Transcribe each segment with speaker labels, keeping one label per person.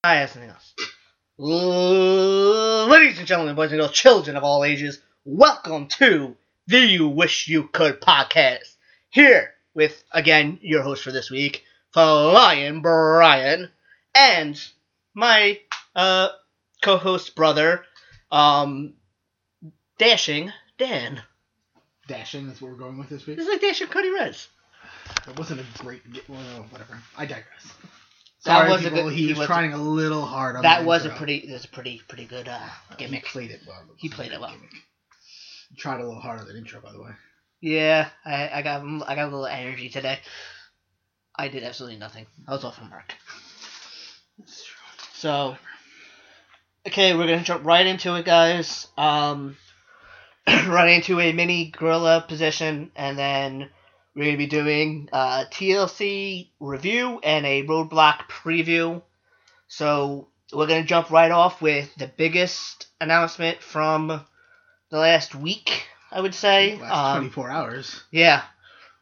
Speaker 1: bias anything else. Ladies and gentlemen, boys and girls, children of all ages, welcome to the You Wish You Could podcast. Here with, again, your host for this week, Flying Brian, and my uh, co host brother, um, Dashing Dan.
Speaker 2: Dashing is what we're going with this week.
Speaker 1: This is like Dashing Cody Reds.
Speaker 2: It wasn't a great. ge- Well, no, whatever. I digress.
Speaker 1: That
Speaker 2: Sorry,
Speaker 1: was a
Speaker 2: people.
Speaker 1: good-
Speaker 2: he,
Speaker 1: he
Speaker 2: was,
Speaker 1: was-
Speaker 2: trying a little hard on
Speaker 1: That
Speaker 2: the
Speaker 1: was a
Speaker 2: intro.
Speaker 1: pretty, that's a pretty, pretty good uh,
Speaker 2: He
Speaker 1: gimmick.
Speaker 2: played it well. but
Speaker 1: He
Speaker 2: wasn't
Speaker 1: played
Speaker 2: a
Speaker 1: it well.
Speaker 2: gimmick. Tried a little harder than intro, by the way.
Speaker 1: Yeah, I, I got I got a little energy today. I did absolutely nothing. I was off from work. So, okay, we're gonna jump right into it, guys. Um, right into a mini gorilla position, and then we're gonna be doing uh, TLC review and a roadblock preview. So we're gonna jump right off with the biggest announcement from the last week, I would say.
Speaker 2: Last
Speaker 1: Um,
Speaker 2: 24 hours.
Speaker 1: yeah.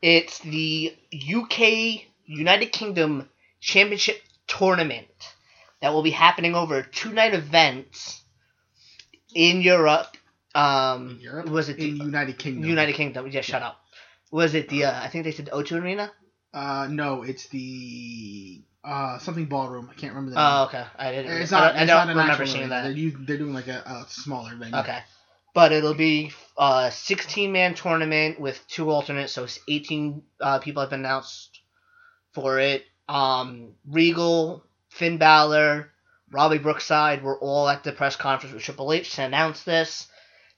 Speaker 1: It's the UK United Kingdom Championship Tournament that will be happening over two night events in Europe. Um,
Speaker 2: In Europe?
Speaker 1: Was it
Speaker 2: In
Speaker 1: the
Speaker 2: United Kingdom.
Speaker 1: United Kingdom? Yeah, shut up. Was it the, uh, I think they said O2 Arena?
Speaker 2: Uh, no, it's the uh something ballroom. I can't remember the name.
Speaker 1: Oh, okay. I didn't,
Speaker 2: it's
Speaker 1: I
Speaker 2: not.
Speaker 1: don't,
Speaker 2: it's
Speaker 1: I don't
Speaker 2: not an
Speaker 1: remember
Speaker 2: actual
Speaker 1: seeing
Speaker 2: arena. They're,
Speaker 1: that.
Speaker 2: u- they're doing like a, a smaller venue.
Speaker 1: Okay. But it'll be a 16 man tournament with two alternates, so it's 18 uh, people have been announced for it. Um, Regal, Finn Balor, Robbie Brookside were all at the press conference with Triple H to announce this.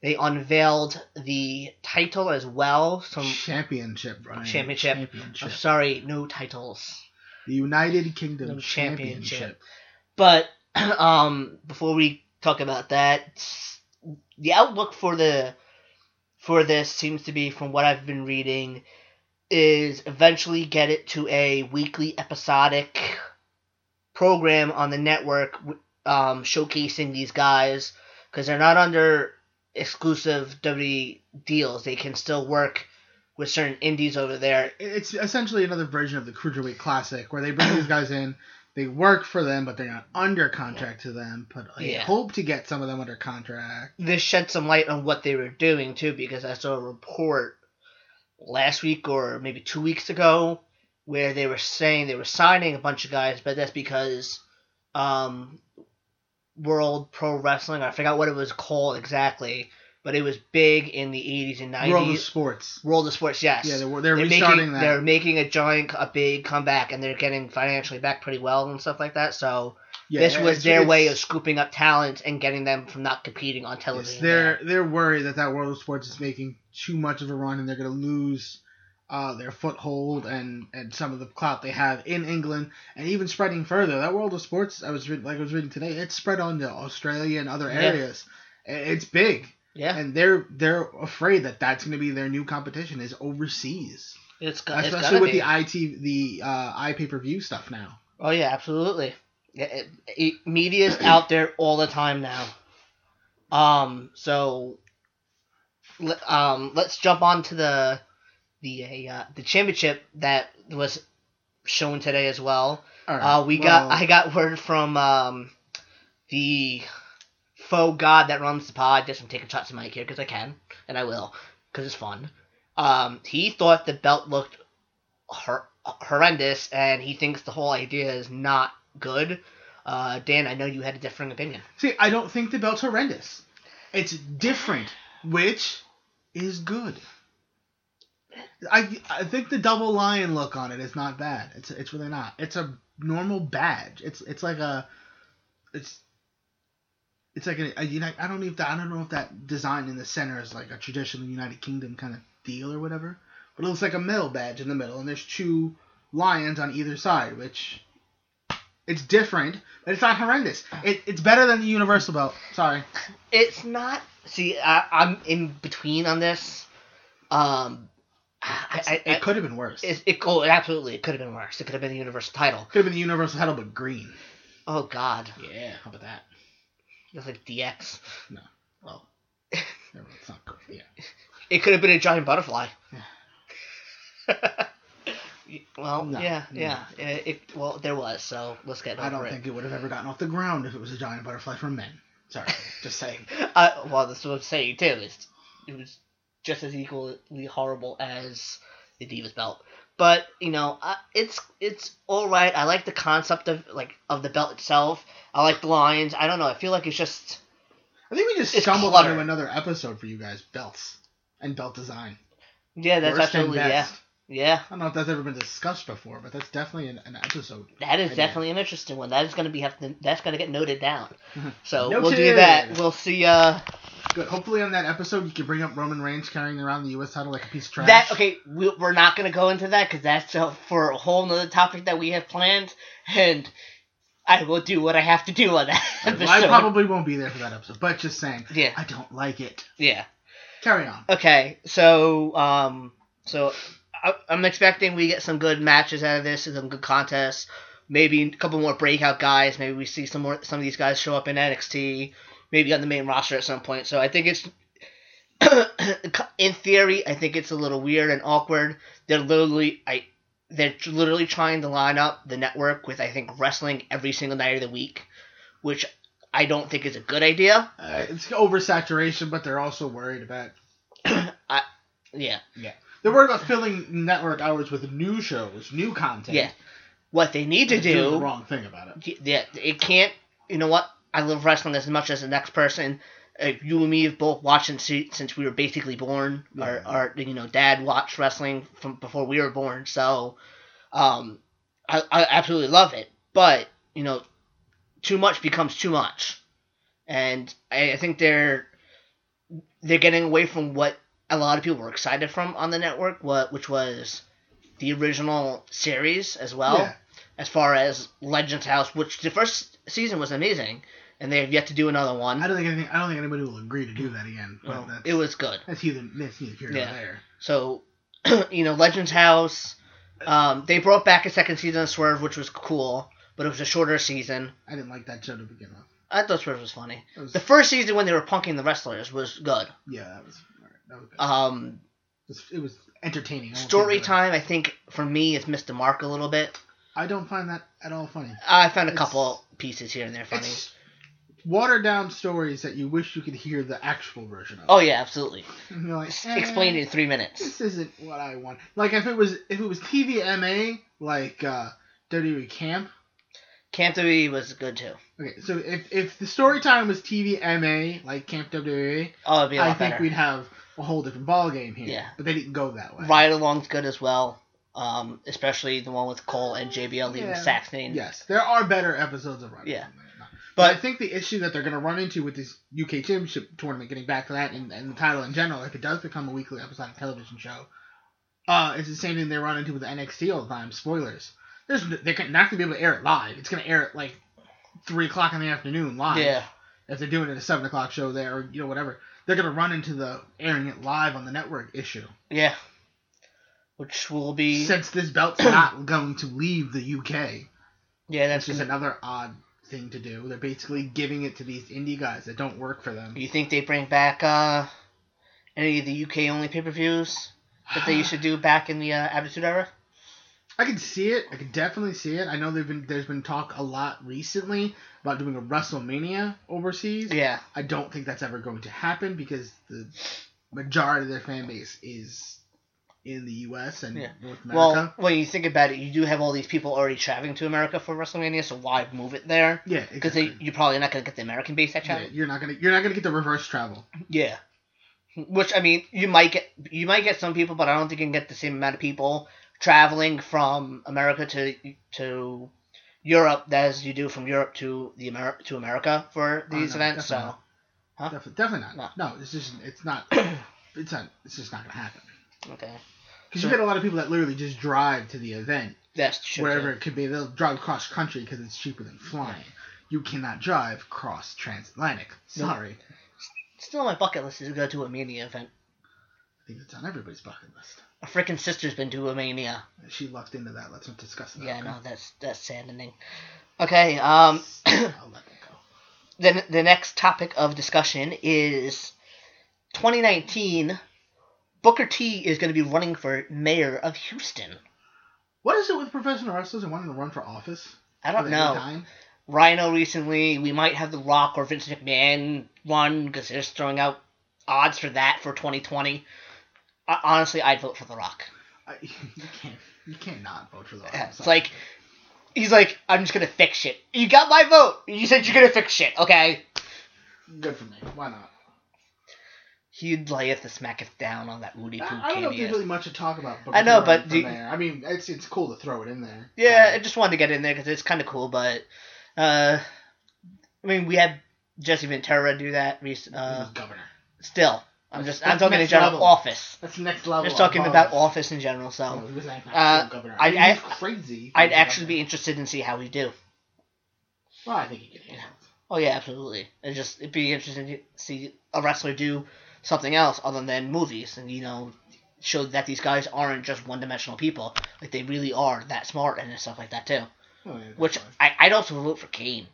Speaker 1: They unveiled the title as well. Some
Speaker 2: Championship, Brian.
Speaker 1: Championship. I'm
Speaker 2: Championship.
Speaker 1: sorry, no titles.
Speaker 2: The United Kingdom
Speaker 1: No championship.
Speaker 2: Championship.
Speaker 1: But um, before we talk about that, the outlook for the for this seems to be, from what I've been reading, is eventually get it to a weekly episodic program on the network, w- um, showcasing these guys because they're not under exclusive WWE deals. They can still work with certain indies over there
Speaker 2: it's essentially another version of the cruiserweight classic where they bring these guys in they work for them but they're not under contract to them but i
Speaker 1: Yeah.
Speaker 2: hope to get some of them under contract
Speaker 1: this shed some light on what they were doing too, because I saw a report last week or maybe two weeks ago where they were saying they were signing a bunch of guys, but that's because um, World Pro Wrestling, I forgot what it was called exactly, but it was big in the 80s and 90s.
Speaker 2: world of sports
Speaker 1: World of Sports, yes.
Speaker 2: yeah they're, they're,
Speaker 1: They're
Speaker 2: restarting
Speaker 1: making,
Speaker 2: that
Speaker 1: They're making a giant, a big comeback, and they're getting financially back pretty well and stuff like that. So
Speaker 2: yeah,
Speaker 1: this
Speaker 2: it's-
Speaker 1: was their way of
Speaker 2: it's-
Speaker 1: scooping up talent and getting them from not competing on television.
Speaker 2: it's they're they're worried that that world of sports is making too much of a run and they're going to lose uh, their foothold and, and some of the clout they have in England and even spreading further. That world of sports I was read, like I was reading today, it's spread on to Australia and other
Speaker 1: Yeah.
Speaker 2: areas. I- It's big.
Speaker 1: yeah.
Speaker 2: and they're they're afraid that that's going to be their new competition is overseas,
Speaker 1: It's got, it's
Speaker 2: especially
Speaker 1: gotta
Speaker 2: with
Speaker 1: be.
Speaker 2: the IT the uh, i pay per view stuff now.
Speaker 1: oh yeah, absolutely. Yeah, it- it- media's out there all the time now. Um, so le- um, let's jump on to the the uh, the championship that was shown today as well.
Speaker 2: All right,
Speaker 1: Uh, we got
Speaker 2: well,
Speaker 1: I got word from um, the faux god that runs the pod. Just I'm taking shots at Mike here because I can and I will because it's fun. Um, he thought the belt looked hor- horrendous, and he thinks the whole idea is not good. Uh, Dan, I know you had a differing opinion.
Speaker 2: see. I don't think the belt's horrendous. It's different, which is good. I I think the double lion look on it is not bad. It's it's really not. It's a normal badge. It's it's like a it's. It's like a, a United. I don't know if that, I don't know if that design in the center is like a traditional United Kingdom kind of deal or whatever. But it looks like a metal badge in the middle, and there's two lions on either side, which it's different, but it's not horrendous. It, it's better than the Universal belt. Sorry.
Speaker 1: It's not. See, I, I'm in between on this. Um, I, I,
Speaker 2: it could have been worse. It
Speaker 1: It, it, oh, absolutely. It could have been worse. It could have been the universal title.
Speaker 2: could have been the Universal title, but green.
Speaker 1: Oh God,
Speaker 2: Yeah. How about that?
Speaker 1: it's like DX.
Speaker 2: Well, it's not good. Yeah.
Speaker 1: It could have been a giant butterfly. Well,
Speaker 2: No,
Speaker 1: yeah,
Speaker 2: no.
Speaker 1: yeah. It, it- well, there was, so let's get over
Speaker 2: I don't
Speaker 1: it.
Speaker 2: think it would have ever gotten off the ground if it was a giant butterfly for men. Sorry, just saying.
Speaker 1: I, Uh, well, that's what I'm saying too. It's, it was just as equally horrible as the Divas belt, but you know, I, it's it's all right. I like the concept of like of the belt itself. I like the lines. I don't know. I feel like it's just
Speaker 2: I think we just
Speaker 1: It's
Speaker 2: stumbled
Speaker 1: clutter.
Speaker 2: onto another episode for you guys. Belts and belt design.
Speaker 1: yeah, that's
Speaker 2: Worst and
Speaker 1: absolutely yeah,
Speaker 2: best.
Speaker 1: yeah.
Speaker 2: I don't know if that's ever been discussed before, but that's definitely an, an episode.
Speaker 1: That is
Speaker 2: idea.
Speaker 1: definitely an interesting one. That is going to be have to, that's going to get noted down. So we'll do
Speaker 2: Noted.
Speaker 1: that. We'll see. Uh,
Speaker 2: Good. Hopefully, on that episode, you can bring up Roman Reigns carrying around the U.S. title like a piece of trash.
Speaker 1: That okay, we, we're not gonna go into that because that's uh for a whole nother topic that we have planned, and I will do what I have to do on that episode.
Speaker 2: Well, I probably won't be there for that episode, but just saying,
Speaker 1: yeah,
Speaker 2: I don't like it.
Speaker 1: yeah.
Speaker 2: Carry on.
Speaker 1: Okay, so um, so I, I'm expecting we get some good matches out of this, and some good contests. Maybe a couple more breakout guys. Maybe we see some more. Some of these guys show up in NXT. Maybe on the main roster at some point. So I think it's. in theory, I think it's a little weird and awkward. They're literally, I, they're literally trying to line up the network with I think wrestling every single night of the week, which I don't think is a good idea.
Speaker 2: Uh, it's oversaturation, but they're also worried about
Speaker 1: Yeah.
Speaker 2: they're worried about filling network hours with new shows, new content.
Speaker 1: Yeah. What they need to
Speaker 2: They're doing
Speaker 1: do
Speaker 2: the wrong thing about it.
Speaker 1: yeah, it can't. You know what? I love wrestling as much as the next person. Uh, you and me have both watched it si- since we were basically born. Our, our, you know, dad watched wrestling from before we were born. So, um, I, I absolutely love it. But you know, too much becomes too much, and I, I think they're they're getting away from what a lot of people were excited from on the network. What which was the original series as well
Speaker 2: Yeah.
Speaker 1: as far as Legends House, which the first season was amazing, and they have yet to do another
Speaker 2: I
Speaker 1: one.
Speaker 2: don't think anything, I don't think anybody will agree to do that again. But
Speaker 1: Well,
Speaker 2: that's,
Speaker 1: it was good.
Speaker 2: that's either that's neither here
Speaker 1: Yeah.
Speaker 2: nor there.
Speaker 1: So, you know, Legends House, um, they brought back a second season of Swerve, which was cool, but it was a shorter season.
Speaker 2: I didn't like that show to begin with.
Speaker 1: I thought Swerve was funny.
Speaker 2: That was,
Speaker 1: The first season when they were punking the wrestlers was good.
Speaker 2: yeah, that was alright, that was good.
Speaker 1: Um,
Speaker 2: it, was, it was entertaining. I won't
Speaker 1: story
Speaker 2: say that.
Speaker 1: time, I think, for me, has missed the mark a little bit.
Speaker 2: I don't find that at all funny.
Speaker 1: I found a
Speaker 2: It's-
Speaker 1: couple pieces here and there funny.
Speaker 2: It's watered down stories that you wish you could hear the actual version of.
Speaker 1: Oh, yeah, absolutely.
Speaker 2: And you're like,
Speaker 1: S-
Speaker 2: eh,
Speaker 1: Explained in three minutes.
Speaker 2: This isn't what I want. Like if it was if it was TVMA like uh, WWE Camp.
Speaker 1: Camp WWE was good, too.
Speaker 2: Okay, so if if the story time was TVMA like Camp WWE,
Speaker 1: Oh, it'd be a lot
Speaker 2: I think
Speaker 1: better.
Speaker 2: we'd have a whole different ballgame here.
Speaker 1: Yeah.
Speaker 2: But they didn't go that way.
Speaker 1: Ride Along's good as well, um, especially the one with Cole and JBL leaving
Speaker 2: Yeah.
Speaker 1: Saxony.
Speaker 2: Yes, there are better episodes of Ride.
Speaker 1: Yeah.
Speaker 2: Along. But I
Speaker 1: But
Speaker 2: think the issue that they're going to run into with this UK Championship tournament, getting back to that and, and the title in general, if it does become a weekly episodic television show, uh, is the same thing they run into with NXT all the time. Spoilers. There's n- they're not going to be able to air it live. It's going to air at like three o'clock in the afternoon live.
Speaker 1: yeah,
Speaker 2: If they're doing it at a seven o'clock show there, or you know whatever, they're going to run into the airing it live on the network issue.
Speaker 1: yeah, which will be
Speaker 2: Since this belt's not going to leave the UK,
Speaker 1: yeah.
Speaker 2: that's
Speaker 1: That's
Speaker 2: just
Speaker 1: just
Speaker 2: another odd thing to do. They're basically giving it to these indie guys that don't work for them.
Speaker 1: you think they bring back uh, any of the UK only pay per views that they used to do back in the uh, Attitude Era?
Speaker 2: I can see it. I can definitely see it. I know there've been there's been talk a lot recently about doing a WrestleMania overseas.
Speaker 1: Yeah,
Speaker 2: I don't think that's ever going to happen because the majority of their fan base is in the U.S. and
Speaker 1: Yeah.
Speaker 2: North America.
Speaker 1: well, when you think about it, you do have all these people already traveling to America for WrestleMania, so why move it there?
Speaker 2: yeah,
Speaker 1: Because
Speaker 2: exactly.
Speaker 1: you're probably not gonna get the American base that
Speaker 2: Yeah,
Speaker 1: travel.
Speaker 2: you're not gonna you're not gonna get the reverse travel.
Speaker 1: Yeah. Which I mean, you might get you might get some people, but I don't think you can get the same amount of people traveling from America to to Europe as you do from Europe to the Ameri- to America for
Speaker 2: Oh,
Speaker 1: these
Speaker 2: no,
Speaker 1: events. So
Speaker 2: definitely
Speaker 1: Huh?
Speaker 2: Definitely, definitely not. No. it's just it's not. It's not. It's just not gonna happen.
Speaker 1: okay,
Speaker 2: Because
Speaker 1: Sure.
Speaker 2: you get a lot of people that literally just drive to the event
Speaker 1: that's true.
Speaker 2: wherever it could be. They'll drive cross country because it's cheaper than flying. You cannot drive cross transatlantic. Sorry, I
Speaker 1: Still, on my bucket list is to go to a mania event.
Speaker 2: think it's on everybody's bucket list.
Speaker 1: My freaking sister's been to a mania.
Speaker 2: She lucked into that. Let's not discuss that.
Speaker 1: Yeah, I
Speaker 2: okay?
Speaker 1: know that's that's saddening. Okay, um,
Speaker 2: I'll let it go.
Speaker 1: the, the next topic of discussion is 2019 booker t is going to be running for mayor of houston
Speaker 2: What is it with professional wrestlers and wanting to run for office?
Speaker 1: I don't
Speaker 2: at any
Speaker 1: know.
Speaker 2: time?
Speaker 1: Rhino recently. We might have The Rock or Vince McMahon run because they're just throwing out odds for that for 2020. I, honestly, I'd vote for The Rock.
Speaker 2: I, you can't. You can't not vote for the.
Speaker 1: Yeah,
Speaker 2: Rock.
Speaker 1: It's like he's like, I'm just gonna fix shit. You got my vote. You said you're gonna fix shit. Okay.
Speaker 2: good for me. Why not?
Speaker 1: He'd layeth the smacketh down on that Moody Poo
Speaker 2: I, I don't know if there's
Speaker 1: cameo.
Speaker 2: really much to talk about.
Speaker 1: I know,
Speaker 2: Booker
Speaker 1: but
Speaker 2: from
Speaker 1: do-
Speaker 2: there. I mean, it's it's cool to throw it in there.
Speaker 1: Yeah, I just wanted to get in there because it's kind of cool. But uh, I mean, we had Jesse Ventura do that. Recent, uh,
Speaker 2: Um, governor.
Speaker 1: still, I'm just I'm
Speaker 2: Mm-hmm. That's
Speaker 1: talking in
Speaker 2: next
Speaker 1: general
Speaker 2: level.
Speaker 1: office.
Speaker 2: That's the next level.
Speaker 1: Just talking
Speaker 2: above.
Speaker 1: about office in general.
Speaker 2: Oh,
Speaker 1: So
Speaker 2: he was an actual
Speaker 1: Uh,
Speaker 2: governor.
Speaker 1: I'd-
Speaker 2: mean, he's
Speaker 1: I'd-
Speaker 2: crazy. for
Speaker 1: I'd
Speaker 2: the
Speaker 1: actually be
Speaker 2: governor.
Speaker 1: interested in see how we do.
Speaker 2: Well, I think he could handle it.
Speaker 1: Oh yeah, absolutely. It just it'd be interesting to see a wrestler do something else other than movies, and you know, show that these guys aren't just one-dimensional people. Like they really are that smart and stuff like that too.
Speaker 2: Oh, yeah, that's
Speaker 1: Which
Speaker 2: fine.
Speaker 1: I, I'd also vote for Kane.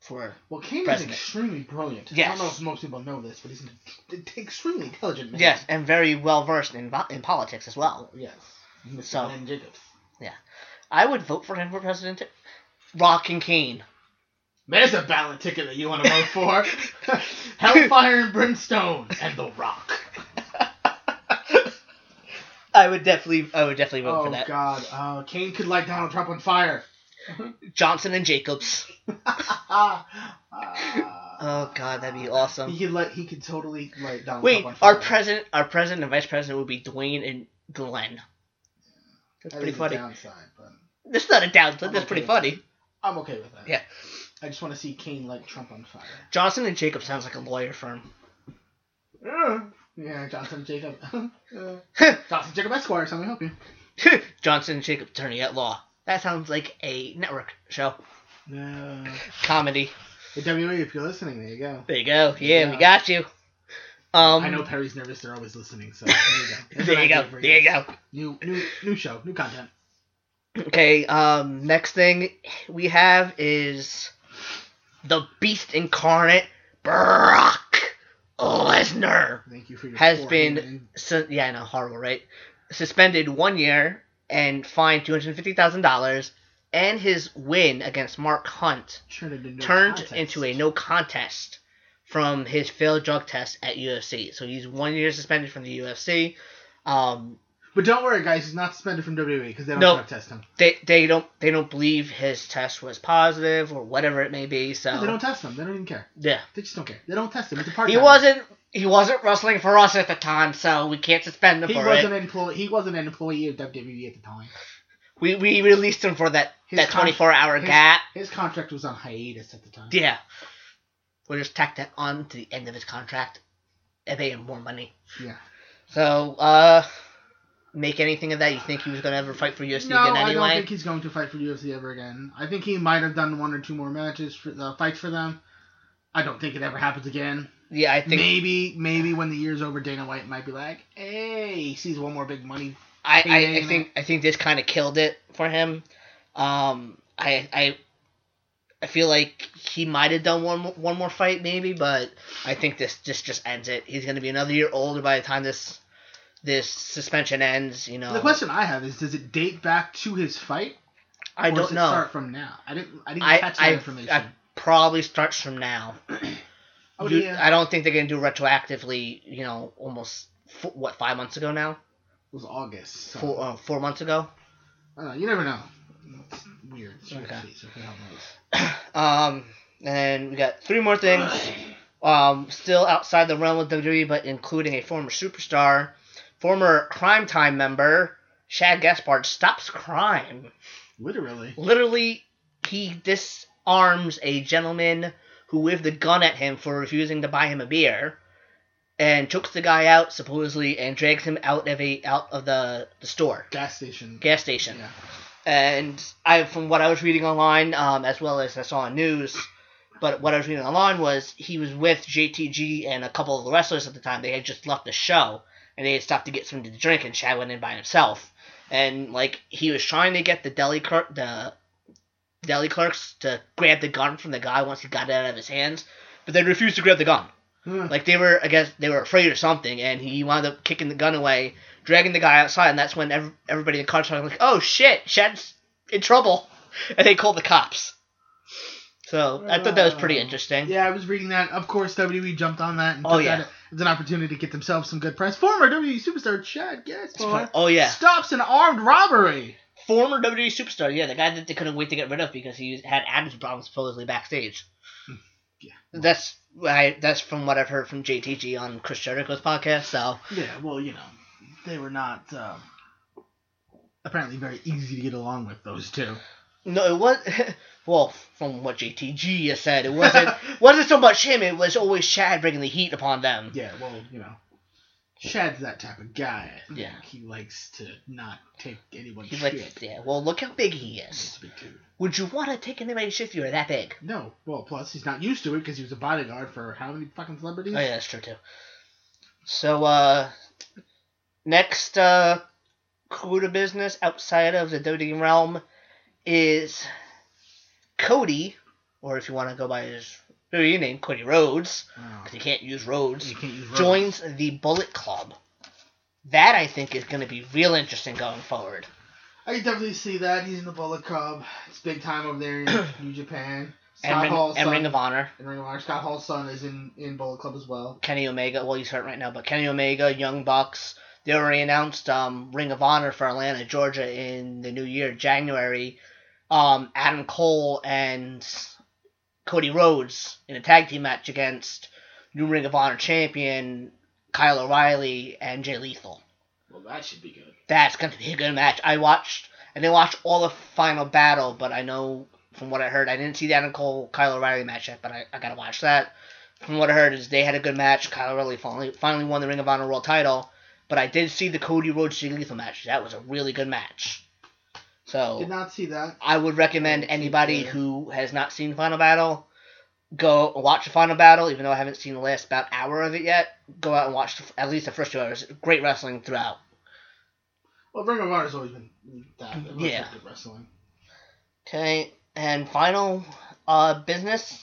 Speaker 1: For
Speaker 2: well, Kane is
Speaker 1: president.
Speaker 2: extremely brilliant. I
Speaker 1: Yes.
Speaker 2: don't know if most people know this, but he's an ex- extremely intelligent man.
Speaker 1: yes, and very well versed in vo- in politics as well.
Speaker 2: Yes. Mr.
Speaker 1: So-
Speaker 2: Ben Jacobs.
Speaker 1: I would vote for him for president. too. Rock and Kane.
Speaker 2: There's a ballot ticket that you want to vote for. Hellfire and Brimstone and The Rock.
Speaker 1: I would definitely, I would definitely vote
Speaker 2: Oh
Speaker 1: for that.
Speaker 2: God, uh, Kane could light Donald Trump on fire.
Speaker 1: Johnson and Jacobs.
Speaker 2: Uh,
Speaker 1: Oh God, that'd be awesome.
Speaker 2: he could let. He could totally light Donald
Speaker 1: Wait,
Speaker 2: Trump on fire.
Speaker 1: our president, our president and vice president would be Dwayne and Glenn. That's
Speaker 2: That
Speaker 1: pretty
Speaker 2: is a
Speaker 1: funny.
Speaker 2: Downside, but
Speaker 1: That's not a downside.
Speaker 2: I'm
Speaker 1: That's
Speaker 2: okay
Speaker 1: pretty
Speaker 2: with
Speaker 1: funny.
Speaker 2: I'm okay with that.
Speaker 1: Yeah.
Speaker 2: I just want to see Kane light Trump on fire.
Speaker 1: Johnson and Jacob sounds like a lawyer firm.
Speaker 2: Yeah, Johnson Jacob. Uh, Johnson Jacob Esquire, so let me help you.
Speaker 1: Johnson and Jacob, attorney at law. That sounds like a network show,
Speaker 2: No.
Speaker 1: comedy.
Speaker 2: Hey, WWE, if you're listening, there you go.
Speaker 1: There you go. Yeah, we
Speaker 2: Yeah.
Speaker 1: got you. Um,
Speaker 2: I know Perry's nervous. They're always listening, so there you go.
Speaker 1: There you go. There you go.
Speaker 2: New, new, new show, new content.
Speaker 1: Okay. Um. Next thing we have is the Beast incarnate, Brock Lesnar.
Speaker 2: Thank you for your
Speaker 1: Has
Speaker 2: poor
Speaker 1: been-
Speaker 2: handwriting.
Speaker 1: Su- yeah, I know, horrible, right? Suspended one year and fined two hundred fifty thousand dollars, and his win against Mark Hunt
Speaker 2: turned into no
Speaker 1: turned
Speaker 2: contest.
Speaker 1: into a no contest from his failed drug test at UFC. So he's one year suspended from the UFC. Um,
Speaker 2: But don't worry, guys. He's not suspended from WWE because they don't
Speaker 1: No.
Speaker 2: drug test him.
Speaker 1: they they don't they don't believe his test was positive or whatever it may be. So
Speaker 2: No, They don't test him. They don't even care.
Speaker 1: yeah,
Speaker 2: They just don't care. They don't test him. It's a part.
Speaker 1: he wasn't he wasn't wrestling for us at the time, so we can't suspend him
Speaker 2: He
Speaker 1: for
Speaker 2: wasn't
Speaker 1: it.
Speaker 2: an employee. He wasn't an employee of WWE at the time.
Speaker 1: We we released him for that
Speaker 2: His
Speaker 1: that
Speaker 2: con-
Speaker 1: twenty four hour
Speaker 2: his-
Speaker 1: gap.
Speaker 2: His contract was on hiatus at the time.
Speaker 1: Yeah. We'll just tack that on to the end of his contract and pay him more money.
Speaker 2: Yeah.
Speaker 1: So, uh, make anything of that? You think he was going to ever fight for UFC
Speaker 2: No,
Speaker 1: again
Speaker 2: I don't
Speaker 1: anyway?
Speaker 2: think he's going to fight for UFC ever again. I think he might have done one or two more matches for the fights for them. I don't think it ever happens again.
Speaker 1: yeah, I think.
Speaker 2: maybe, maybe when the year's over, Dana White might be like, "Hey, he sees one more big money."
Speaker 1: I, I,
Speaker 2: Maybe,
Speaker 1: I think I think this kind of killed it for him. Um, I I I feel like he might have done one mo- one more fight maybe, but I think this just just ends it. He's going to be another year older by the time this this suspension ends. You know,
Speaker 2: The question I have is, does it date back to his fight?
Speaker 1: I
Speaker 2: or
Speaker 1: don't
Speaker 2: does it
Speaker 1: know.
Speaker 2: Start from now. I didn't. I didn't
Speaker 1: I-
Speaker 2: catch
Speaker 1: I-
Speaker 2: that information.
Speaker 1: I- Probably starts from now.
Speaker 2: oh
Speaker 1: You-
Speaker 2: yeah,
Speaker 1: I don't think they're gonna do retroactively. You know, almost f- what five months ago now,
Speaker 2: it was August. So.
Speaker 1: four uh, four months ago.
Speaker 2: I don't know, you never know. It's weird. It's
Speaker 1: Okay.
Speaker 2: UFC, so who the hell knows?
Speaker 1: Um, and then we got three more things. Um, still outside the realm of WWE, but including a former superstar, former Crime Time member Shad Gaspard stops crime.
Speaker 2: Literally.
Speaker 1: Literally, he disarms a gentleman who waved the gun at him for refusing to buy him a beer, and chokes the guy out supposedly, and drags him out of a out of the, the store
Speaker 2: Gas station.
Speaker 1: gas station.
Speaker 2: Yeah.
Speaker 1: And I, from what I was reading online, um, as well as I saw on news, but what I was reading online was he was with JTG and a couple of the wrestlers at the time. They had just left the show and they had stopped to get something to drink, and Chad went in by himself. And like he was trying to get the deli clerk, the deli clerks to grab the gun from the guy once he got it out of his hands, but they refused to grab the gun.
Speaker 2: Ugh.
Speaker 1: Like they were, I guess they were afraid or something, and he wound up kicking the gun away, dragging the guy outside, and that's when ev- everybody in the car started like, "Oh shit, Shad's in trouble," and they called the cops. So I thought that was pretty
Speaker 2: Oh.
Speaker 1: interesting.
Speaker 2: Yeah, I was reading that. Of course, WWE jumped on that and
Speaker 1: Oh,
Speaker 2: took
Speaker 1: yeah.
Speaker 2: that as an opportunity to get themselves some good press. Former WWE superstar Chad
Speaker 1: It's fun.
Speaker 2: Gaspar
Speaker 1: Oh yeah,
Speaker 2: stops an armed robbery.
Speaker 1: former WWE superstar. Yeah, the guy that they couldn't wait to get rid of because he had abs problems supposedly backstage.
Speaker 2: Hmm. Yeah.
Speaker 1: That's I, that's from what I've heard from JTG on Chris Jericho's podcast. So
Speaker 2: Yeah, well, you know, they were not um, apparently very easy to get along with. Those two.
Speaker 1: no, it was well from what JTG has said, it wasn't wasn't so much him. It was always Chad bringing the heat upon them.
Speaker 2: Yeah, well, you know, Chad's that type of guy. I think.
Speaker 1: Yeah.
Speaker 2: he likes to not take anyone's
Speaker 1: He's
Speaker 2: shit.
Speaker 1: like, yeah, well, look how big he
Speaker 2: He's
Speaker 1: is.
Speaker 2: a big dude.
Speaker 1: Would you want to take anybody's shit if you were that big?
Speaker 2: No, well, plus he's not used to it because he was a bodyguard for how many fucking celebrities?
Speaker 1: Oh yeah, that's true too. So uh, next uh, clue to business outside of the WWE realm is Cody, or if you want to go by his WWE name, Cody Rhodes,
Speaker 2: Oh,
Speaker 1: because you can't use Rhodes,
Speaker 2: you can't use rope.
Speaker 1: joins the Bullet Club. That I think is going to be real interesting going forward.
Speaker 2: I can definitely see that. He's in the Bullet Club. It's big time over there in New Japan.
Speaker 1: And
Speaker 2: Scott
Speaker 1: Ring,
Speaker 2: Hall's
Speaker 1: and
Speaker 2: son,
Speaker 1: Ring of Honor,
Speaker 2: and Ring of Honor. Scott Hall's son is in, in Bullet Club as well.
Speaker 1: Kenny Omega. Well, he's hurt right now, but Kenny Omega, Young Bucks. They already announced um, Ring of Honor for Atlanta, Georgia, in the new year, January. Um, Adam Cole and Cody Rhodes in a tag team match against new Ring of Honor champion Kyle O'Reilly and Jay Lethal.
Speaker 2: Well, that should be good.
Speaker 1: That's going to be a good match. I watched, I didn't watch all the final battle, but I know from what I heard, I didn't see the Adam Cole Kyle O'Reilly match yet, but I, I got to watch that. From what I heard, is they had a good match. Kyle O'Reilly finally, finally won the Ring of Honor World title, but I did see the Cody Rhodes Jay Lethal match. That was a really good match.
Speaker 2: Did
Speaker 1: So
Speaker 2: not see that.
Speaker 1: I would recommend
Speaker 2: Didn't see
Speaker 1: anybody
Speaker 2: that.
Speaker 1: who has not seen Final Battle go watch the Final Battle, even though I haven't seen the last about hour of it yet. Go out and watch the, at least the first two hours. Great wrestling throughout.
Speaker 2: Well, Ring of Honor's always been that. They've always
Speaker 1: Yeah.
Speaker 2: been Good wrestling.
Speaker 1: Okay, and final uh, business.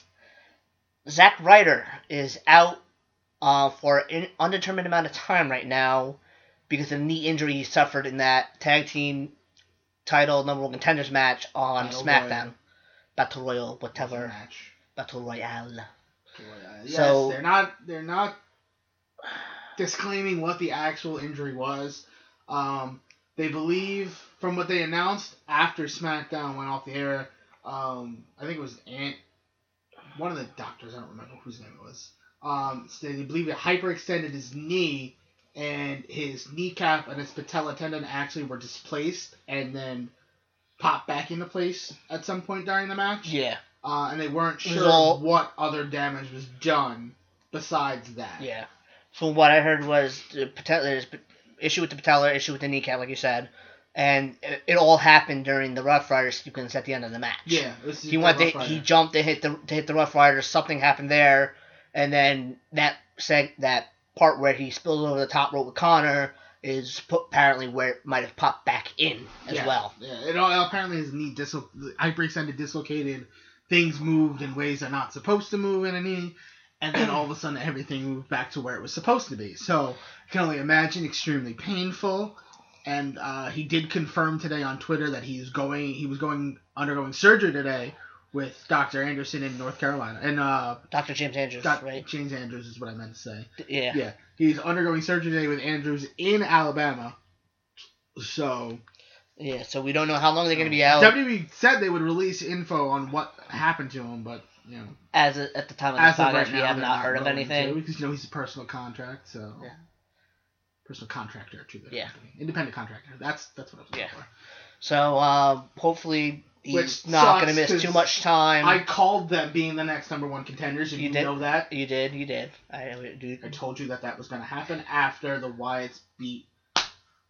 Speaker 1: Zack Ryder is out uh, for an undetermined amount of time right now because of the knee injury he suffered in that tag team title number one contenders match on
Speaker 2: Battle
Speaker 1: SmackDown.
Speaker 2: Royal.
Speaker 1: Battle Royal, whatever.
Speaker 2: Match.
Speaker 1: Battle Royale.
Speaker 2: Yes,
Speaker 1: So-
Speaker 2: they're not they're not disclaiming what the actual injury was. Um, they believe from what they announced after SmackDown went off the air. Um, I think it was Ant, one of the doctors. I don't remember whose name it was. Um, so they believe it hyperextended his knee, and his kneecap and his patella tendon actually were displaced, and then popped back into place at some point during the match
Speaker 1: Yeah,
Speaker 2: uh, and they weren't
Speaker 1: It was
Speaker 2: sure
Speaker 1: all-
Speaker 2: what other damage was done besides that.
Speaker 1: yeah. From what I heard was the patella, there's issue with the patella, issue with the kneecap, like you said, and it, it all happened during the Rough Rider sequence at the end of the match.
Speaker 2: yeah. It was
Speaker 1: he went to, he jumped to hit the to hit the rough rider something happened there and then that seg that part where he spilled over the top rope with connor is pu- apparently where it might have popped back in as
Speaker 2: yeah.
Speaker 1: well
Speaker 2: Yeah, it all, apparently his knee dislo- hyperextended, dislocated. Things moved in ways they're not supposed to move in a knee, and then all of a sudden everything moved back to where it was supposed to be. So I can only imagine extremely painful. And uh, he did confirm today on Twitter that he's going. He was going undergoing surgery today with Dr. Anderson in North Carolina, and uh,
Speaker 1: dr james andrews
Speaker 2: Doc-
Speaker 1: right
Speaker 2: James Andrews is what I meant to say.
Speaker 1: yeah.
Speaker 2: Yeah, he's undergoing surgery today with Andrews in Alabama. So
Speaker 1: yeah so we don't know how long they're going to be out
Speaker 2: WWE said they would release info on what happened to him, but you know,
Speaker 1: as of- at the time of
Speaker 2: as
Speaker 1: the
Speaker 2: of
Speaker 1: podcast we
Speaker 2: right now,
Speaker 1: have
Speaker 2: they're
Speaker 1: not heard of
Speaker 2: going to,
Speaker 1: anything
Speaker 2: because you know he's a personal contract, so
Speaker 1: Yeah.
Speaker 2: personal contractor to the
Speaker 1: Yeah.
Speaker 2: company. independent contractor. That's that's what I was looking
Speaker 1: Yeah.
Speaker 2: for.
Speaker 1: so uh, hopefully he's
Speaker 2: Which
Speaker 1: not going to
Speaker 2: sucks,
Speaker 1: miss
Speaker 2: 'cause
Speaker 1: too much time
Speaker 2: I called them being the next number one contenders. If
Speaker 1: You
Speaker 2: you,
Speaker 1: did?
Speaker 2: know that,
Speaker 1: you did you did i, I do
Speaker 2: I told you that that was going to happen after the Wyatts beat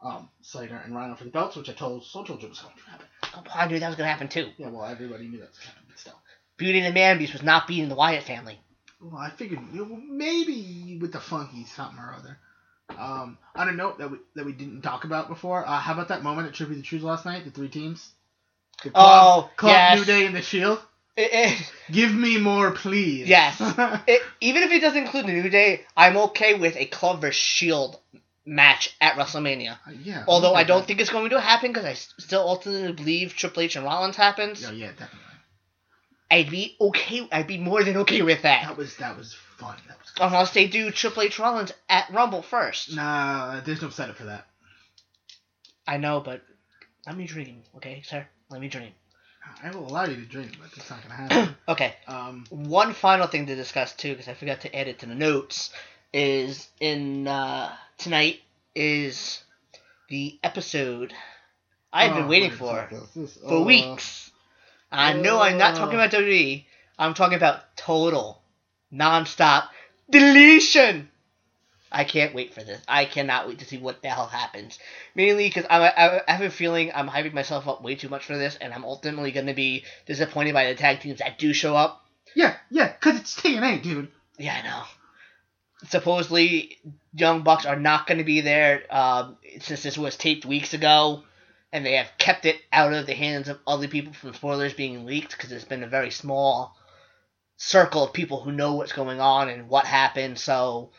Speaker 2: um, Slater and Rhino for the belts, which I told Soul Children was going to happen.
Speaker 1: i knew that was going to happen too
Speaker 2: Yeah, well, everybody knew that was happening, but still.
Speaker 1: beauty and the man beast was not beating the wyatt family
Speaker 2: Well, I figured you know, maybe with the funky something or other. Um, on a note that we that we didn't talk about before, uh, how about that moment at Tribute to Truth last night? The three teams. The
Speaker 1: Oh,
Speaker 2: Club
Speaker 1: yes.
Speaker 2: New Day, and the Shield.
Speaker 1: It- it-
Speaker 2: Give me more, please. Uh,
Speaker 1: Yes. it- even if it doesn't include the New Day, I'm okay with a Clubber Shield match at WrestleMania.
Speaker 2: yeah.
Speaker 1: Although I don't think it's going to happen because I s- still ultimately believe Triple H and Rollins happens.
Speaker 2: Yeah, yeah, definitely.
Speaker 1: I'd be okay. I'd be more than okay with that.
Speaker 2: That was that was fun. That was.
Speaker 1: Unless they do Triple H Rollins at Rumble first.
Speaker 2: Nah, there's no setup for that.
Speaker 1: I know, but let me dream, okay, sir? Let me dream.
Speaker 2: I will allow you to drink, but it's not gonna happen.
Speaker 1: Okay,
Speaker 2: um,
Speaker 1: one final thing to discuss too, because I forgot to add it to the notes, is in uh, tonight is the episode I've been
Speaker 2: oh,
Speaker 1: waiting
Speaker 2: we're
Speaker 1: for
Speaker 2: gonna talk about this.
Speaker 1: for
Speaker 2: Uh,
Speaker 1: weeks. I know I'm not talking
Speaker 2: uh,
Speaker 1: about WWE. I'm talking about total, non-stop deletion. I can't wait for this. I cannot wait to see what the hell happens. Mainly because I, I, I have a feeling I'm hyping myself up way too much for this, and I'm ultimately going to be disappointed by the tag teams that do show up.
Speaker 2: Yeah, yeah, cause it's TNA, dude.
Speaker 1: Yeah, I know. Supposedly, Young Bucks are not going to be there um, since this was taped weeks ago, and they have kept it out of the hands of other people from spoilers being leaked because it's been a very small circle of people who know what's going on and what happened. So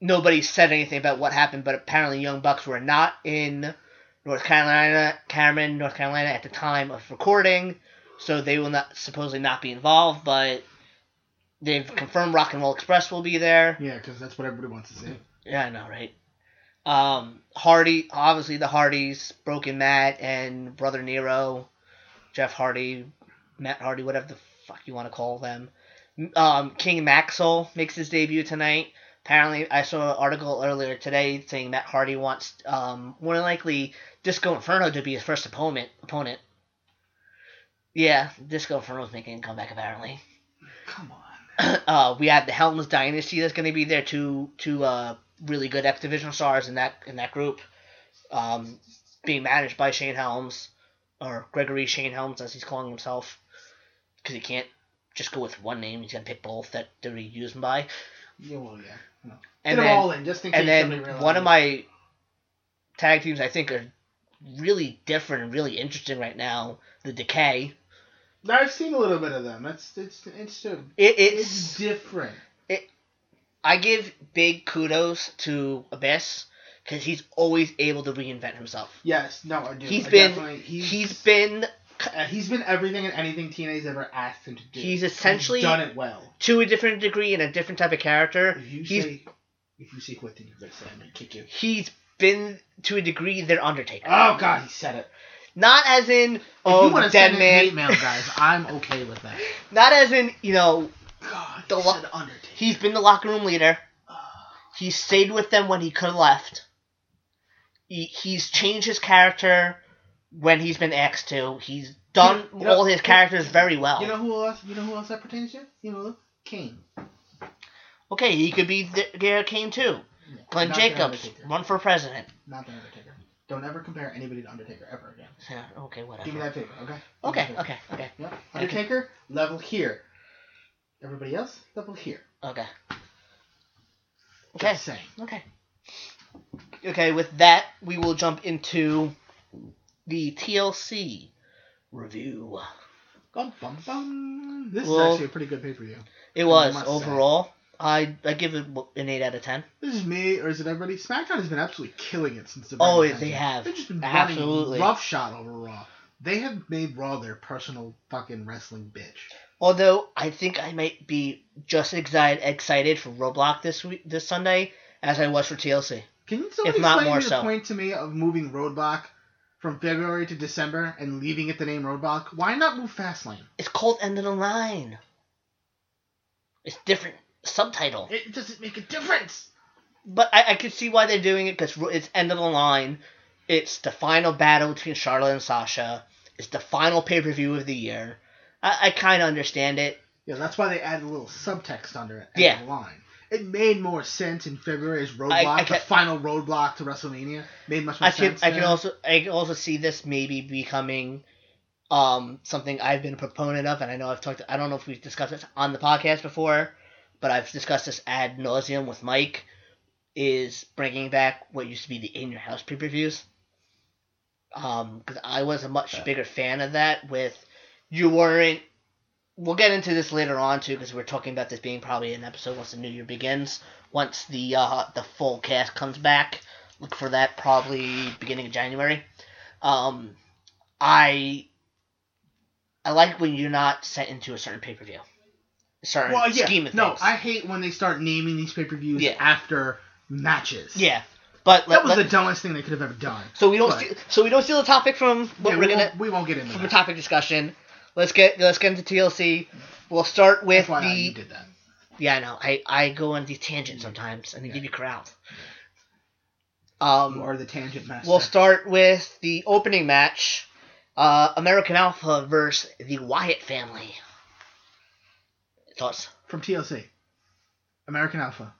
Speaker 1: nobody said anything about what happened, but apparently, Young Bucks were not in North Carolina, Cameron, North Carolina at the time of recording, so they will not supposedly not be involved, but. They've confirmed Rock and Roll Express will be there.
Speaker 2: Yeah, cause that's what everybody wants to see.
Speaker 1: Yeah, I know, right? Um, Hardy, obviously the Hardys, Broken Matt and Brother Nero, Jeff Hardy, Matt Hardy, whatever the fuck you want to call them. Um, King Maxwell makes his debut tonight. Apparently, I saw an article earlier today saying Matt Hardy wants, um, more than likely, Disco Inferno to be his first opponent. Opponent. Yeah, Disco Inferno's making a comeback apparently
Speaker 2: Come on.
Speaker 1: uh, we have the Helms Dynasty that's going to be there. Two two uh, really good X Division stars in that in that group, um, being managed by Shane Helms or Gregory Shane Helms as he's calling himself, because he can't just go with one name. He's going to pick both that they're using by.
Speaker 2: Yeah, well, yeah. No.
Speaker 1: And then,
Speaker 2: Get them all in, just in case
Speaker 1: and then
Speaker 2: somebody realizes.
Speaker 1: one of my tag teams I think are really different and really interesting right now. The Decay.
Speaker 2: I've seen a little bit of them. That's it's it's it's,
Speaker 1: It,
Speaker 2: it's
Speaker 1: it's
Speaker 2: different.
Speaker 1: I give big kudos to Abyss because he's always able to reinvent himself.
Speaker 2: Yes, no, I do.
Speaker 1: He's
Speaker 2: I
Speaker 1: been-
Speaker 2: definitely- he's,
Speaker 1: He's been
Speaker 2: uh, he's been everything and anything TNA's ever asked him to do.
Speaker 1: He's essentially-
Speaker 2: done it well.
Speaker 1: to a different degree and a different type of character.
Speaker 2: If you
Speaker 1: He's
Speaker 2: say if you say quit, then you're gonna say I'm gonna kick you.
Speaker 1: he's been to a degree their Undertaker.
Speaker 2: Oh God, he said it.
Speaker 1: Not as in oh
Speaker 2: if you want to
Speaker 1: dead
Speaker 2: send in
Speaker 1: man.
Speaker 2: hate mail, guys, I'm okay with that.
Speaker 1: Not as in you know
Speaker 2: God,
Speaker 1: The
Speaker 2: the
Speaker 1: lo-
Speaker 2: said Undertaker.
Speaker 1: he's been the locker room leader.
Speaker 2: Ah,
Speaker 1: He stayed with them when he could have left. He, he's changed his character when he's been asked to. He's done
Speaker 2: You know-
Speaker 1: all his characters very well.
Speaker 2: you know who else? You know who else that pertains to? You know, Kane.
Speaker 1: Okay, he could be the, Garrett Kane too.
Speaker 2: Yeah,
Speaker 1: Glenn
Speaker 2: not the
Speaker 1: Jacobs,
Speaker 2: Undertaker.
Speaker 1: run for president.
Speaker 2: Not the Undertaker. Don't ever compare anybody to Undertaker ever again.
Speaker 1: Yeah, okay,
Speaker 2: Do me
Speaker 1: whatever.
Speaker 2: that favor, okay? Do me that
Speaker 1: Uh-huh. Okay,
Speaker 2: favor.
Speaker 1: okay, okay,
Speaker 2: Yep. Undertaker, level here. Everybody else, level here.
Speaker 1: okay. Okay,
Speaker 2: Just saying.
Speaker 1: okay. Okay, with that, we will jump into the TLC review.
Speaker 2: Bum, bum, bum. This
Speaker 1: Well-
Speaker 2: is actually a pretty good pay per view.
Speaker 1: It was,
Speaker 2: must say.
Speaker 1: overall, I, I give it an 8 out of 10.
Speaker 2: This is me, or is it everybody? SmackDown has been absolutely killing it since the
Speaker 1: Oh,
Speaker 2: brand
Speaker 1: they
Speaker 2: has it.
Speaker 1: have.
Speaker 2: They've just been
Speaker 1: Absolutely.
Speaker 2: running roughshod over Raw. They have made Raw their personal fucking wrestling bitch.
Speaker 1: Although, I think I might be just excited, excited for Roblox this week, this Sunday as I was for TLC.
Speaker 2: Can you somebody
Speaker 1: If not
Speaker 2: explain
Speaker 1: more
Speaker 2: your
Speaker 1: so.
Speaker 2: point to me of moving Roadblock from February to December and leaving it the name Roadblock? Why not move Fastlane?
Speaker 1: It's called End of the Line. It's different subtitle.
Speaker 2: It doesn't make a difference.
Speaker 1: But I, I could see why they're doing it because it's end of the line. It's the final battle between Charlotte and Sasha. It's the final pay per view of the year. I, I kind of understand it.
Speaker 2: Yeah, that's why they added a little subtext under it.
Speaker 1: Yeah.
Speaker 2: Yeah. The line. It made more sense in February's roadblock,
Speaker 1: I
Speaker 2: the
Speaker 1: can-
Speaker 2: final roadblock to WrestleMania. Made much more
Speaker 1: I can
Speaker 2: sense.
Speaker 1: I can
Speaker 2: there.
Speaker 1: also I can also see this maybe becoming um something I've been a proponent of, and I know I've talked. I don't know if we've discussed this on the podcast before, but I've discussed this ad nauseum with Mike. Is bringing back what used to be the in your house pay per views. Um, because I was a much bigger fan of that. With you weren't we'll get into this later on too, because we're talking about this being probably an episode once the new year begins. Once the uh, the full cast comes back, look for that probably beginning of January. Um, I I like when you're not set into a certain pay per view, certain
Speaker 2: Well, yeah.
Speaker 1: scheme of
Speaker 2: no,
Speaker 1: things.
Speaker 2: I hate when they start naming these pay per views
Speaker 1: Yeah.
Speaker 2: after matches.
Speaker 1: yeah, but let,
Speaker 2: that was
Speaker 1: let-
Speaker 2: the dumbest thing they could have ever done.
Speaker 1: so we don't
Speaker 2: but-
Speaker 1: steal, so we don't steal the topic from what
Speaker 2: Yeah,
Speaker 1: we're
Speaker 2: we,
Speaker 1: gonna
Speaker 2: won't, we won't get into
Speaker 1: from the
Speaker 2: that.
Speaker 1: topic discussion. Let's get let's get into TLC. We'll start with
Speaker 2: That's why I- you
Speaker 1: the
Speaker 2: did that.
Speaker 1: yeah I know I I go on these tangents sometimes and they
Speaker 2: Mm. Yeah.
Speaker 1: give you crowd.
Speaker 2: You
Speaker 1: Um,
Speaker 2: are the tangent master.
Speaker 1: we'll start with the opening match, uh, American Alpha versus the Wyatt family. Thoughts?
Speaker 2: from TLC, American Alpha.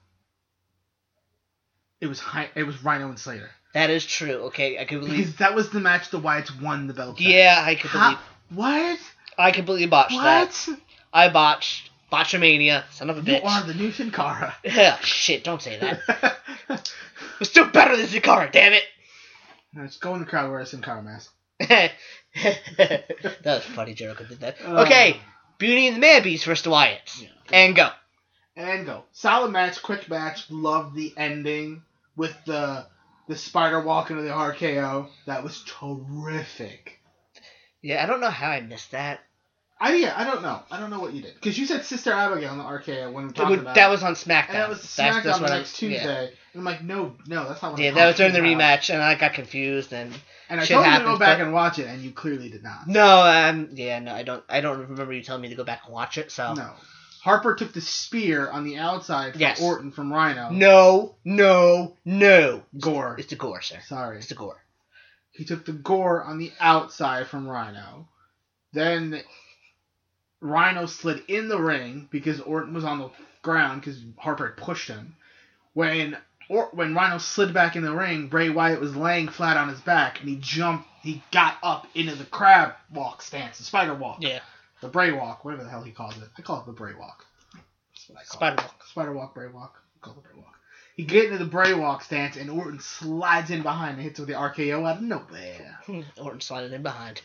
Speaker 2: It was Hi- it was Rhino and Slater
Speaker 1: That is true. Okay, I could believe.
Speaker 2: because that was the match the Wyatts won the belt. at.
Speaker 1: Yeah, I could
Speaker 2: How-
Speaker 1: believe.
Speaker 2: What?
Speaker 1: I completely botched that.
Speaker 2: What?
Speaker 1: I botched. Botchamania, son of a
Speaker 2: You
Speaker 1: bitch.
Speaker 2: are the new Sin Cara.
Speaker 1: Yeah, shit, don't say that. We're still better than Zakara, damn it!
Speaker 2: Let's go in the crowd wear a Sin Cara mask.
Speaker 1: that was a funny joke. I did that. Uh,
Speaker 2: Uh,
Speaker 1: Okay, Beauty and the Man Beast versus the Wyatts.
Speaker 2: Yeah.
Speaker 1: And go.
Speaker 2: And go. Solid match, quick match. Loved the ending with the the spider walk into the RKO. That was terrific.
Speaker 1: Yeah, I don't know how I missed that.
Speaker 2: I yeah, I don't know. I don't know what you did because you said Sister Abigail on the RKO when we
Speaker 1: It
Speaker 2: talked
Speaker 1: would-
Speaker 2: about
Speaker 1: that
Speaker 2: it.
Speaker 1: was on SmackDown.
Speaker 2: and that was
Speaker 1: That's- that's
Speaker 2: SmackDown
Speaker 1: what I-
Speaker 2: next Tuesday. And I'm like, no, no, that's not what.
Speaker 1: Yeah, yeah
Speaker 2: I'm
Speaker 1: that was during the
Speaker 2: talking about.
Speaker 1: rematch, and I got confused. And
Speaker 2: And I
Speaker 1: Shit
Speaker 2: told you to
Speaker 1: happens,
Speaker 2: go back
Speaker 1: but-
Speaker 2: and watch it, and you clearly did not.
Speaker 1: no, um, yeah, no, I don't, I don't remember you telling me to go back and watch it. So
Speaker 2: No. Harper took the spear on the outside from
Speaker 1: Yes.
Speaker 2: Orton from Rhino.
Speaker 1: no, no, no.
Speaker 2: Gore.
Speaker 1: It's the gore, sir.
Speaker 2: Sorry.
Speaker 1: It's the gore.
Speaker 2: He took the gore on the outside from Rhino. Then Rhino slid in the ring because Orton was on the ground because Harper had pushed him. When or when Rhino slid back in the ring, Bray Wyatt was laying flat on his back and he jumped. He got up into the crab walk stance, the spider walk,
Speaker 1: Yeah,
Speaker 2: the Bray walk, whatever the hell he calls it. I call it the Bray walk. That's what I call it.
Speaker 1: Spider Walk.
Speaker 2: Spider walk, Bray walk. Call it Bray walk. He get into the Bray walk stance, and Orton slides in behind and hits with the RKO out of nowhere.
Speaker 1: Orton slided in behind.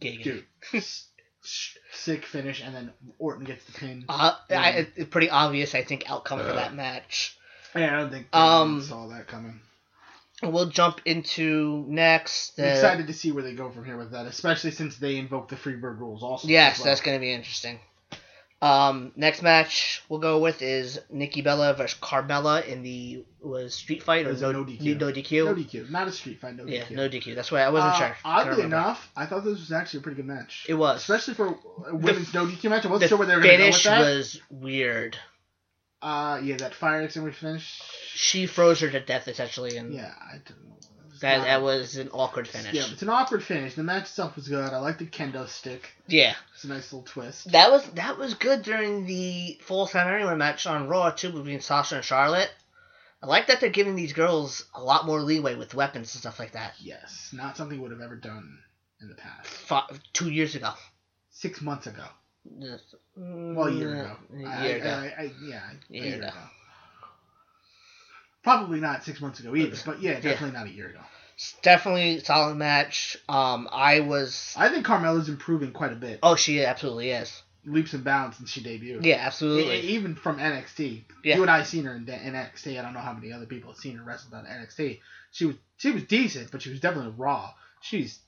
Speaker 1: Giggity.
Speaker 2: Dude, s- s- sick finish, and then Orton gets the pin.
Speaker 1: Uh, I,
Speaker 2: Mm-hmm.
Speaker 1: it's pretty obvious, I think, outcome for that match.
Speaker 2: Yeah, I don't think
Speaker 1: Um,
Speaker 2: um, saw that coming.
Speaker 1: We'll jump into next.
Speaker 2: I'm
Speaker 1: uh,
Speaker 2: excited to see where they go from here with that, especially since they invoke the Freebird rules also.
Speaker 1: Yes,
Speaker 2: as well.
Speaker 1: that's going to be interesting. Um, next match we'll go with is Nikki Bella versus Carmella in the was Street Fight
Speaker 2: It
Speaker 1: or
Speaker 2: was
Speaker 1: no,
Speaker 2: no
Speaker 1: no
Speaker 2: DQ.
Speaker 1: DQ.
Speaker 2: no DQ, not a street fight, no
Speaker 1: yeah,
Speaker 2: DQ.
Speaker 1: no DQ. That's why I wasn't
Speaker 2: Uh,
Speaker 1: sure. Couldn't
Speaker 2: Oddly
Speaker 1: remember.
Speaker 2: enough, I thought this was actually a pretty good match,
Speaker 1: it was.
Speaker 2: especially for a women's no DQ match. I
Speaker 1: the
Speaker 2: wasn't sure where they were going to go with
Speaker 1: finish
Speaker 2: that.
Speaker 1: was weird.
Speaker 2: Uh, yeah, that fire extinguisher finish.
Speaker 1: She froze her to death essentially, and
Speaker 2: Yeah, I don't know. It's
Speaker 1: that
Speaker 2: not-
Speaker 1: that was an awkward finish.
Speaker 2: Yeah,
Speaker 1: Yeah,
Speaker 2: it's an awkward finish. The match itself was good. I like the kendo stick. It's a nice little twist.
Speaker 1: that was that was good during the full time anywhere match on Raw too between Sasha and Charlotte. I like that they're giving these girls a lot more leeway with weapons and stuff like that.
Speaker 2: Yes, not something we would have ever done in the past.
Speaker 1: five, two years ago.
Speaker 2: Six months ago.
Speaker 1: Well,
Speaker 2: Well, Mm, a year ago. I-
Speaker 1: Mm, year
Speaker 2: I-
Speaker 1: ago.
Speaker 2: I- I- yeah, a
Speaker 1: Year
Speaker 2: year
Speaker 1: ago.
Speaker 2: ago. Probably not six months ago either, but yeah,
Speaker 1: Yeah.
Speaker 2: definitely not a year ago.
Speaker 1: It's definitely solid match. Um, I was.
Speaker 2: I think Carmella's improving quite a bit,
Speaker 1: Oh, she absolutely is.
Speaker 2: leaps and bounds since she debuted.
Speaker 1: Yeah,
Speaker 2: E-
Speaker 1: absolutely.
Speaker 2: e- Even from NXT,
Speaker 1: Yeah.
Speaker 2: you and I seen her in da- NXT. I don't know how many other people have seen her wrestle on NXT. She was she was decent, but she was definitely raw. She's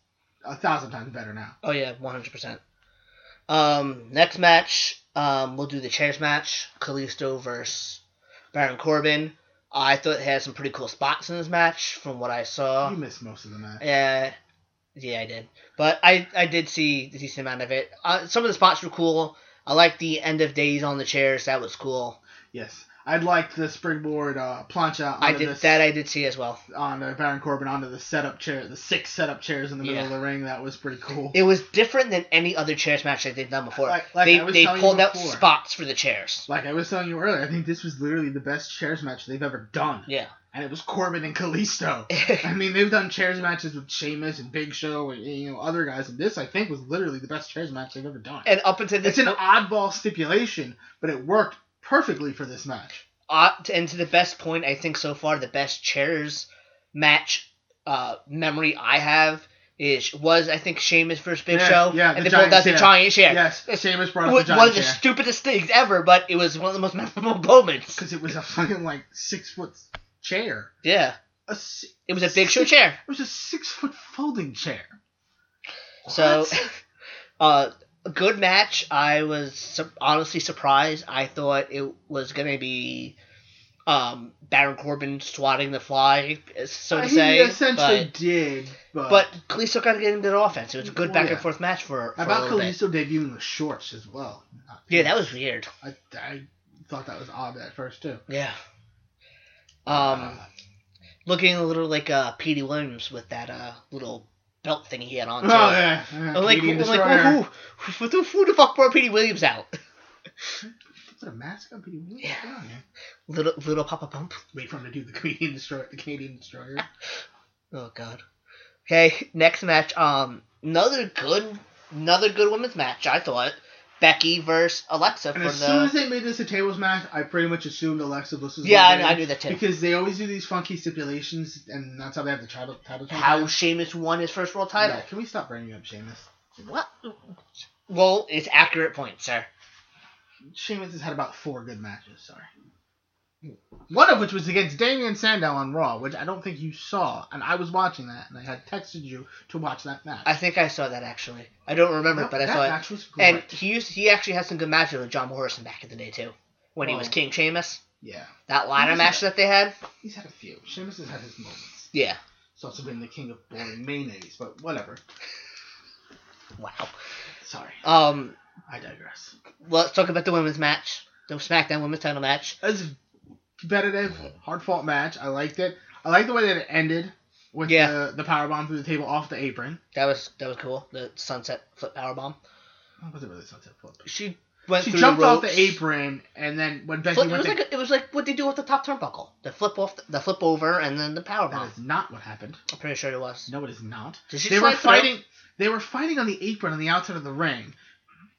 Speaker 2: a thousand times better now.
Speaker 1: Oh yeah, one hundred percent. Um, next match, um, we'll do the chairs match: Kalisto versus Baron Corbin. I thought it had some pretty cool spots in this match, from what I saw.
Speaker 2: you missed most of the match.
Speaker 1: Yeah, yeah, I did. But I I did see a decent amount of it. Uh, some of the spots were cool. I liked the end of days on the chairs. That was cool.
Speaker 2: Yes, I liked the springboard uh, plancha. Onto
Speaker 1: I did
Speaker 2: this,
Speaker 1: that. I did see as well.
Speaker 2: on uh, Baron Corbin onto the setup chair, the six setup chairs in the middle
Speaker 1: Yeah.
Speaker 2: of the ring. That was pretty cool.
Speaker 1: It was different than any other chairs match that they've done before.
Speaker 2: Like- like
Speaker 1: they
Speaker 2: I was
Speaker 1: they
Speaker 2: telling you
Speaker 1: pulled out
Speaker 2: before.
Speaker 1: spots for the chairs.
Speaker 2: like I was telling you earlier, I think this was literally the best chairs match they've ever done,
Speaker 1: Yeah.
Speaker 2: and it was Corbin and Kalisto. I mean, they've done chairs matches with Sheamus and Big Show and you know other guys, and this I think was literally the best chairs match they've ever done.
Speaker 1: and up until this
Speaker 2: It's an
Speaker 1: point-
Speaker 2: oddball stipulation, but it worked perfectly for this match.
Speaker 1: uh, and to the best point I think so far the best chairs match uh, memory I have ish was I think Sheamus versus Big
Speaker 2: Yeah,
Speaker 1: Show,
Speaker 2: yeah, the
Speaker 1: and they pulled
Speaker 2: giant
Speaker 1: out the
Speaker 2: chair.
Speaker 1: giant chair.
Speaker 2: Yes, Seamus brought
Speaker 1: It
Speaker 2: up
Speaker 1: was
Speaker 2: the
Speaker 1: one of
Speaker 2: giant
Speaker 1: the
Speaker 2: chair
Speaker 1: stupidest things ever, but it was one of the most memorable moments.
Speaker 2: because it was a fucking like six foot chair.
Speaker 1: Yeah,
Speaker 2: A s- it
Speaker 1: it was a Big Show chair.
Speaker 2: was a six foot folding chair.
Speaker 1: So,
Speaker 2: What?
Speaker 1: uh, a good match. I was su- honestly surprised. I thought it was gonna be um, Baron Corbin swatting the fly, so to
Speaker 2: he
Speaker 1: say.
Speaker 2: essentially
Speaker 1: but-
Speaker 2: did, but,
Speaker 1: But Kalisto got to get into the offense. It was a good
Speaker 2: Well,
Speaker 1: back and
Speaker 2: yeah.
Speaker 1: forth match for, for
Speaker 2: how
Speaker 1: a
Speaker 2: about
Speaker 1: little bit.
Speaker 2: Kalisto debuting with shorts as well.
Speaker 1: Yeah, that was weird.
Speaker 2: I, I thought that was odd at first too.
Speaker 1: Yeah.
Speaker 2: Uh,
Speaker 1: Um, looking a little like uh, Petey Williams with that uh little belt thing he had on.
Speaker 2: oh
Speaker 1: Too.
Speaker 2: yeah, yeah,
Speaker 1: I'm like,
Speaker 2: Petey
Speaker 1: I'm
Speaker 2: and
Speaker 1: like
Speaker 2: Destroyer.
Speaker 1: who, who, who, who the fuck brought Petey Williams out?
Speaker 2: Put a mask on Petey Williams.
Speaker 1: Yeah.
Speaker 2: Come on, man.
Speaker 1: Little little Papa Pump.
Speaker 2: Wait for him to do the Canadian destroyer. The Canadian destroyer.
Speaker 1: Oh god. Okay, next match. Um, another good, another good women's match. I thought Becky versus Alexa for
Speaker 2: And as
Speaker 1: the.
Speaker 2: soon as they made this a tables match, I pretty much assumed Alexa Bliss was.
Speaker 1: yeah,
Speaker 2: gonna
Speaker 1: I, I
Speaker 2: win,
Speaker 1: knew that too.
Speaker 2: Because they always do these funky stipulations, and that's how they have the title title.
Speaker 1: How Sheamus won his first world title.
Speaker 2: Yeah, can we stop bringing up Sheamus?
Speaker 1: What? Well, it's accurate point, sir.
Speaker 2: Sheamus has had about four good matches. Sorry. One of which was against Damian Sandow on Raw, which I don't think you saw, and I was watching that, and I had texted you to watch that match.
Speaker 1: I think I saw that actually. I don't remember,
Speaker 2: No,
Speaker 1: but I
Speaker 2: that
Speaker 1: saw it.
Speaker 2: match was great.
Speaker 1: And he used, he actually had some good matches with John Morrison back in the day too, when he was
Speaker 2: Oh.
Speaker 1: King Sheamus.
Speaker 2: yeah,
Speaker 1: That ladder
Speaker 2: was
Speaker 1: match that
Speaker 2: that?
Speaker 1: they had.
Speaker 2: he's had a few. Sheamus has had his moments.
Speaker 1: Yeah.
Speaker 2: He's also been the king of boring mayonnaise, but whatever.
Speaker 1: Wow.
Speaker 2: Sorry,
Speaker 1: Um.
Speaker 2: I digress.
Speaker 1: Let's talk about the women's match. The SmackDown Women's Title match.
Speaker 2: It was a competitive, hard fought match. I liked it. I like the way that it ended with
Speaker 1: Yeah.
Speaker 2: the, the power bomb through the table off the apron.
Speaker 1: That was that was cool. The sunset flip powerbomb.
Speaker 2: What Oh, was it really sunset flip?
Speaker 1: She went
Speaker 2: She
Speaker 1: through
Speaker 2: jumped
Speaker 1: the
Speaker 2: off
Speaker 1: ropes.
Speaker 2: the apron, and then when Becky
Speaker 1: Flip- it
Speaker 2: went
Speaker 1: was
Speaker 2: to
Speaker 1: like a- it was like what they do with the top turnbuckle. The flip off, the, the flip over, and then the powerbomb.
Speaker 2: that is not what happened.
Speaker 1: I'm pretty sure it was.
Speaker 2: No, it is not.
Speaker 1: Did she
Speaker 2: they were
Speaker 1: slide through?
Speaker 2: fighting. They were fighting on the apron on the outside of the ring.